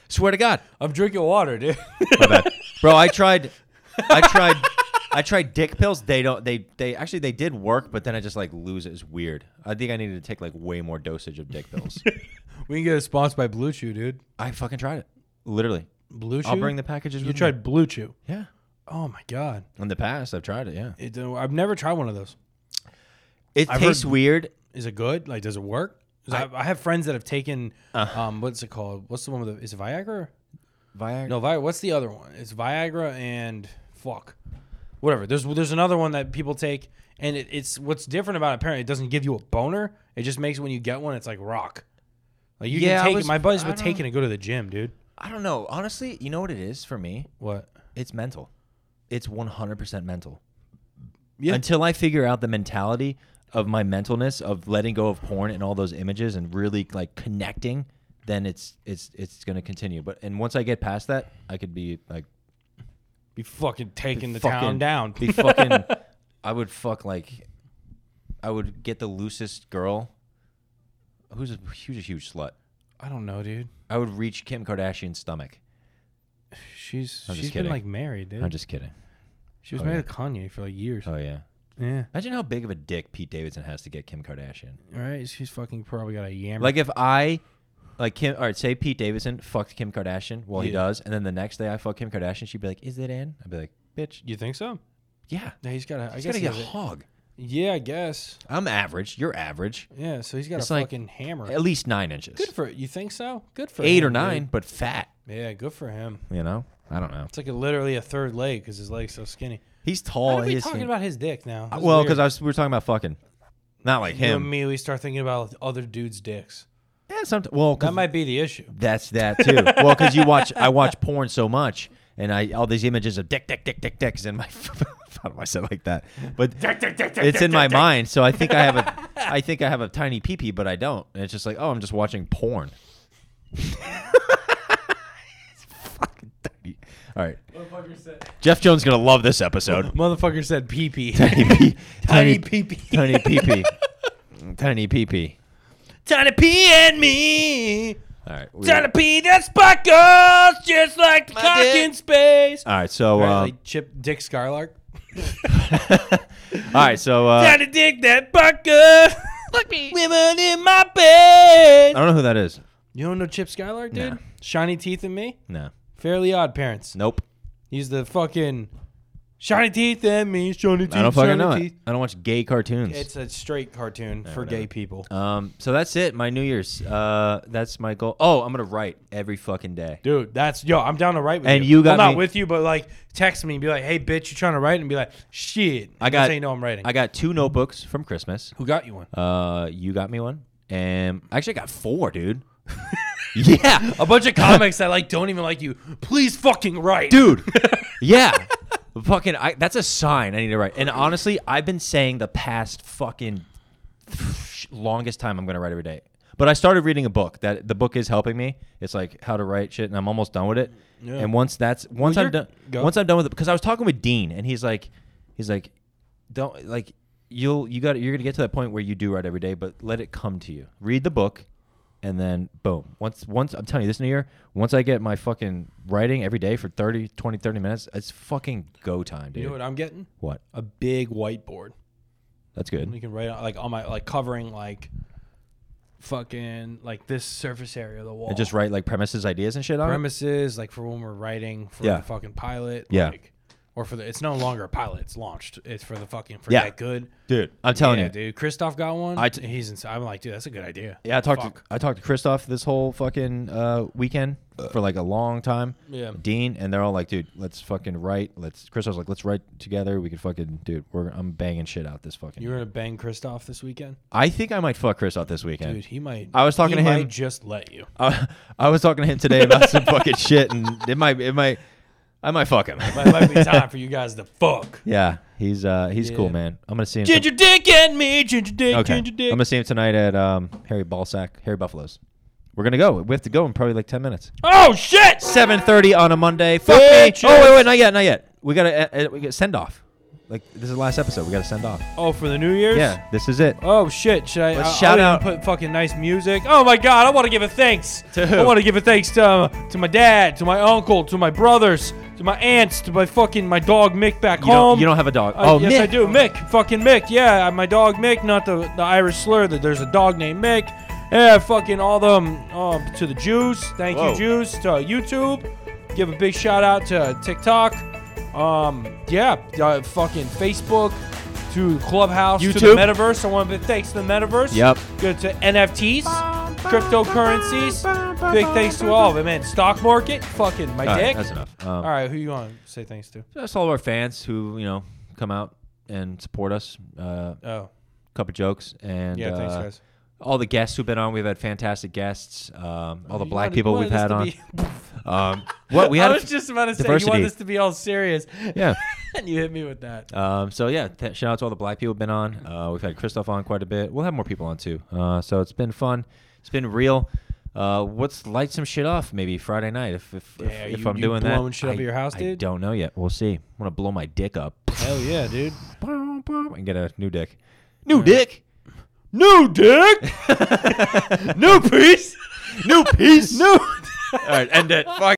[SPEAKER 2] Swear to God.
[SPEAKER 1] I'm drinking water, dude.
[SPEAKER 2] bro i tried i tried i tried dick pills they don't they they actually they did work but then i just like lose it it's weird i think i needed to take like way more dosage of dick pills
[SPEAKER 1] we can get a sponsor by Blue Chew, dude.
[SPEAKER 2] i fucking tried it literally
[SPEAKER 1] Blue Chew.
[SPEAKER 2] i'll bring the packages
[SPEAKER 1] You
[SPEAKER 2] with me.
[SPEAKER 1] tried Blue Chew.
[SPEAKER 2] yeah
[SPEAKER 1] Oh my god,
[SPEAKER 2] in the past i've tried it yeah
[SPEAKER 1] It- uh, I've never tried one of those.
[SPEAKER 2] it
[SPEAKER 1] I've
[SPEAKER 2] tastes
[SPEAKER 1] heard-
[SPEAKER 2] weird
[SPEAKER 1] Is it good? Like, does it work? 'Cause I, I have friends that have taken,
[SPEAKER 2] Uh-huh.
[SPEAKER 1] um, what's it called? What's the one with the? Is it Viagra?
[SPEAKER 2] viagra
[SPEAKER 1] No, Vi- what's the other one? It's Viagra and fuck, whatever. There's there's another one that people take, and it, it's what's different about it. Apparently, it doesn't give you a boner. It just makes when you get one, it's like rock. Like you
[SPEAKER 2] Yeah, I
[SPEAKER 1] can take
[SPEAKER 2] was-
[SPEAKER 1] it. My buddies
[SPEAKER 2] I
[SPEAKER 1] would
[SPEAKER 2] don't-
[SPEAKER 1] take it and go to the gym, dude.
[SPEAKER 2] i don't know honestly you know what it is for me
[SPEAKER 1] What?
[SPEAKER 2] it's mental it's 100% mental
[SPEAKER 1] Yeah.
[SPEAKER 2] until i figure out the mentality of my mentalness of letting go of porn and all those images and really like connecting then it's it's it's going to continue but and once i get past that i could be like
[SPEAKER 1] Be fucking taking the
[SPEAKER 2] fucking-
[SPEAKER 1] town down.
[SPEAKER 2] be fucking i would fuck like i would get the loosest girl who's a huge a huge slut
[SPEAKER 1] I don't know, dude.
[SPEAKER 2] i would reach kim kardashian's stomach
[SPEAKER 1] She's
[SPEAKER 2] I'm just
[SPEAKER 1] she's been
[SPEAKER 2] kidding.
[SPEAKER 1] like married, dude.
[SPEAKER 2] i'm just kidding
[SPEAKER 1] she was
[SPEAKER 2] oh,
[SPEAKER 1] married to Kanye for like years.
[SPEAKER 2] oh yeah
[SPEAKER 1] Yeah.
[SPEAKER 2] Imagine how big of a dick Pete Davidson has to get Kim Kardashian.
[SPEAKER 1] All right. She's fucking probably got a yammer.
[SPEAKER 2] Like if I, like Kim, all right, say Pete Davidson fucked Kim Kardashian. Well, he
[SPEAKER 1] Yeah.
[SPEAKER 2] does, and then the next day I fuck Kim Kardashian. She'd be like, "Is it in?" I'd be like, "Bitch,
[SPEAKER 1] you think so?
[SPEAKER 2] yeah."
[SPEAKER 1] Yeah, he's got a. I
[SPEAKER 2] He's
[SPEAKER 1] guess
[SPEAKER 2] gotta
[SPEAKER 1] he
[SPEAKER 2] get a
[SPEAKER 1] has a-
[SPEAKER 2] hog.
[SPEAKER 1] Yeah, I guess.
[SPEAKER 2] I'm average. You're average.
[SPEAKER 1] Yeah, so he's got
[SPEAKER 2] It's
[SPEAKER 1] a
[SPEAKER 2] like-
[SPEAKER 1] fucking hammer.
[SPEAKER 2] At least nine inches.
[SPEAKER 1] Good for you think so? Good for
[SPEAKER 2] Eight
[SPEAKER 1] him,
[SPEAKER 2] or
[SPEAKER 1] dude.
[SPEAKER 2] nine, but fat.
[SPEAKER 1] Yeah, good for him.
[SPEAKER 2] You know. I don't know.
[SPEAKER 1] It's like a, literally a third leg because his leg's so skinny.
[SPEAKER 2] He's
[SPEAKER 1] Why
[SPEAKER 2] tall.
[SPEAKER 1] are we
[SPEAKER 2] he's
[SPEAKER 1] talking
[SPEAKER 2] skinny.
[SPEAKER 1] about his dick now? This is
[SPEAKER 2] well,
[SPEAKER 1] weird.
[SPEAKER 2] because I was we were talking about fucking, not like
[SPEAKER 1] You
[SPEAKER 2] him.
[SPEAKER 1] immediately start thinking about other dudes' dicks.
[SPEAKER 2] Yeah, somet- well, 'cause
[SPEAKER 1] That might be the issue.
[SPEAKER 2] that's that too. well, because you watch, I watch porn so much, and I all these images of dick, dick, dick, dick, dick is in my. How do I say it like that? But it's in my mind, so I think I have a, I think I have a tiny pee pee, but I don't. And it's just like, oh, I'm just watching porn. It's fucking tiny. All right,
[SPEAKER 1] Motherfucker said,
[SPEAKER 2] Jeff Jones gonna love this episode.
[SPEAKER 1] Motherfucker said pee pee.
[SPEAKER 2] tiny pee,
[SPEAKER 1] Tiny pee pee.
[SPEAKER 2] tiny pee pee, tiny pee pee.
[SPEAKER 1] Tiny pee and me.
[SPEAKER 2] All right, we-
[SPEAKER 1] Tiny pee that sparkles just like the cock
[SPEAKER 2] dick.
[SPEAKER 1] in space.
[SPEAKER 2] all right. So,
[SPEAKER 1] Right,
[SPEAKER 2] um,
[SPEAKER 1] like Chip Dick Skylark.
[SPEAKER 2] all right, so uh,
[SPEAKER 1] Tiny dick that sparkles. Fuck me. Women in my bed.
[SPEAKER 2] I don't know who that is.
[SPEAKER 1] You don't know Chip Skylark, dude?
[SPEAKER 2] Nah.
[SPEAKER 1] Shiny Teeth and Me?
[SPEAKER 2] No.
[SPEAKER 1] Fairly Odd Parents.
[SPEAKER 2] Nope.
[SPEAKER 1] He's the fucking Shiny Teeth and Me, Shiny Teeth,
[SPEAKER 2] I don't fucking
[SPEAKER 1] shiny
[SPEAKER 2] know it.
[SPEAKER 1] teeth.
[SPEAKER 2] I don't watch gay cartoons.
[SPEAKER 1] It's a straight cartoon for gay people.
[SPEAKER 2] um, so that's it. My New Year's. Uh, that's my goal. Oh, I'm gonna write every fucking day.
[SPEAKER 1] Dude, that's yo. I'm down to write with
[SPEAKER 2] And
[SPEAKER 1] you.
[SPEAKER 2] you got
[SPEAKER 1] well,
[SPEAKER 2] me-
[SPEAKER 1] not with you, but like text me and be like, "Hey, bitch, you trying to write?" And be like, "Shit,
[SPEAKER 2] I got-
[SPEAKER 1] That's how you know I'm writing."
[SPEAKER 2] I got two notebooks from Christmas.
[SPEAKER 1] Who got you one?
[SPEAKER 2] Uh, you got me one, and actually I got four, dude. yeah,
[SPEAKER 1] A bunch of comics that like don't even like you. Please fucking write,
[SPEAKER 2] dude. Yeah. fucking. I, that's a sign I need to write. And honestly, I've been saying the past fucking longest time I'm gonna write every day. But I started reading a book that the book is helping me. It's like how to write shit, and I'm almost done with it. And once that's once I'm
[SPEAKER 1] you're-
[SPEAKER 2] done,
[SPEAKER 1] go.
[SPEAKER 2] once I'm done with it, because I was talking with Dean, and he's like, he's like, don't like you'll you got you're gonna get to that point where you do write every day, but let it come to you. Read the book, and then boom. Once once I'm telling you this new year, once I get my fucking writing every day for 30, 20, 30 minutes, it's fucking go time, dude.
[SPEAKER 1] You know what I'm getting?
[SPEAKER 2] what?
[SPEAKER 1] A big whiteboard.
[SPEAKER 2] That's
[SPEAKER 1] You
[SPEAKER 2] good.
[SPEAKER 1] can write on like on my like covering like fucking like this surface area of the wall.
[SPEAKER 2] And just write like premises, ideas, and shit on. it?
[SPEAKER 1] premises like for when we're writing for
[SPEAKER 2] Oh. Yeah.
[SPEAKER 1] the fucking pilot.
[SPEAKER 2] Yeah.
[SPEAKER 1] Like, or for the it's no longer a pilot. It's launched. It's for the fucking
[SPEAKER 2] Yeah.
[SPEAKER 1] forget good.
[SPEAKER 2] dude. I'm telling
[SPEAKER 1] yeah,
[SPEAKER 2] you,
[SPEAKER 1] dude. Christoph got one.
[SPEAKER 2] I t-
[SPEAKER 1] he's ins- I'm like, dude, that's a good idea.
[SPEAKER 2] Yeah, I talked.
[SPEAKER 1] Fuck.
[SPEAKER 2] To, I talked to Christoph this whole fucking uh, weekend for like a long time.
[SPEAKER 1] Yeah.
[SPEAKER 2] Dean and they're all like, dude, let's fucking write. Let's. Christoph's like, let's write together. We could fucking, dude. We're I'm banging shit out this fucking.
[SPEAKER 1] You were gonna bang Christoph this weekend,
[SPEAKER 2] I think I might fuck Christoph this weekend.
[SPEAKER 1] dude. He might.
[SPEAKER 2] I was talking
[SPEAKER 1] he
[SPEAKER 2] to
[SPEAKER 1] might
[SPEAKER 2] him-
[SPEAKER 1] Just let you.
[SPEAKER 2] I, I was talking to him today about some fucking shit, and it might, it might, I might fuck him.
[SPEAKER 1] Might, might be time for you guys to fuck.
[SPEAKER 2] yeah, he's uh, he's cool,
[SPEAKER 1] Yeah.
[SPEAKER 2] man. I'm gonna see him.
[SPEAKER 1] Ginger dick and me, ginger dick,
[SPEAKER 2] okay.
[SPEAKER 1] ginger
[SPEAKER 2] I'm
[SPEAKER 1] dick.
[SPEAKER 2] gonna see him tonight at um, Harry Ballsack, Harry Buffaloes. We're gonna go. We have to go in probably like ten minutes.
[SPEAKER 1] oh shit!
[SPEAKER 2] Seven thirty on a Monday. Fuck
[SPEAKER 1] Bitches.
[SPEAKER 2] me. Oh wait, wait, not yet, not yet. We gotta uh, uh, we got send off. Like this is the last episode. We gotta send off.
[SPEAKER 1] Oh, for the New Year's.
[SPEAKER 2] Yeah, this is it.
[SPEAKER 1] Oh shit! Should I
[SPEAKER 2] Let's
[SPEAKER 1] I-
[SPEAKER 2] shout
[SPEAKER 1] I'll
[SPEAKER 2] out-
[SPEAKER 1] even put fucking nice music? Oh my god! I want to give a thanks.
[SPEAKER 2] To who?
[SPEAKER 1] I want to give a thanks to to my dad, to my uncle, to my brothers, to my aunts, to my fucking my dog Mick back
[SPEAKER 2] You
[SPEAKER 1] home.
[SPEAKER 2] don't, you don't have a dog.
[SPEAKER 1] I- Um,
[SPEAKER 2] oh,
[SPEAKER 1] uh, yes,
[SPEAKER 2] Mick.
[SPEAKER 1] I do. Mick, fucking Mick. Yeah, uh, my dog Mick, not the, the Irish slur. That there's a dog named Mick. Yeah, fucking all them. Um, to the Jews. Thank
[SPEAKER 2] Whoa.
[SPEAKER 1] you, Jews. To YouTube. Give a big shout out to TikTok. Um, yeah, uh, fucking Facebook. To Clubhouse. To the
[SPEAKER 2] YouTube.
[SPEAKER 1] Metaverse. I want to thanks to the Metaverse.
[SPEAKER 2] Yep.
[SPEAKER 1] Good to NFTs, cryptocurrencies. Big thanks to all of it, man. Stock market. Fucking my
[SPEAKER 2] All right,
[SPEAKER 1] dick.
[SPEAKER 2] that's enough. Um,
[SPEAKER 1] All right, who you want to say thanks to?
[SPEAKER 2] That's all of our fans who you know come out and support us. Uh,
[SPEAKER 1] Oh,
[SPEAKER 2] cup of jokes and
[SPEAKER 1] yeah, thanks
[SPEAKER 2] uh,
[SPEAKER 1] guys.
[SPEAKER 2] all the guests who've been on. We've had fantastic guests. Um, all the
[SPEAKER 1] You
[SPEAKER 2] black
[SPEAKER 1] wanted-
[SPEAKER 2] people
[SPEAKER 1] you
[SPEAKER 2] we've had
[SPEAKER 1] wanted
[SPEAKER 2] on.
[SPEAKER 1] this to be-
[SPEAKER 2] um, what we had.
[SPEAKER 1] I
[SPEAKER 2] a
[SPEAKER 1] was
[SPEAKER 2] f-
[SPEAKER 1] just about to say you
[SPEAKER 2] diversity.
[SPEAKER 1] want this to be all serious,
[SPEAKER 2] yeah.
[SPEAKER 1] and you hit me with that.
[SPEAKER 2] Um, so yeah, th- shout out to all the black people who've been on. Uh, we've had Christoph on quite a bit. We'll have more people on too. Uh, so it's been fun. It's been real. Uh, let's light some shit off maybe Friday night if if, if,
[SPEAKER 1] Yeah,
[SPEAKER 2] if
[SPEAKER 1] you-
[SPEAKER 2] I'm
[SPEAKER 1] you
[SPEAKER 2] doing that.
[SPEAKER 1] blowing shit up
[SPEAKER 2] I-
[SPEAKER 1] at your house,
[SPEAKER 2] I
[SPEAKER 1] dude?
[SPEAKER 2] don't know yet. We'll see. I'm gonna blow my dick up
[SPEAKER 1] Hell yeah, dude!
[SPEAKER 2] and get a new dick. New dick.
[SPEAKER 1] New dick, new piece,
[SPEAKER 2] New piece.
[SPEAKER 1] new.
[SPEAKER 2] All right, end it. Fuck.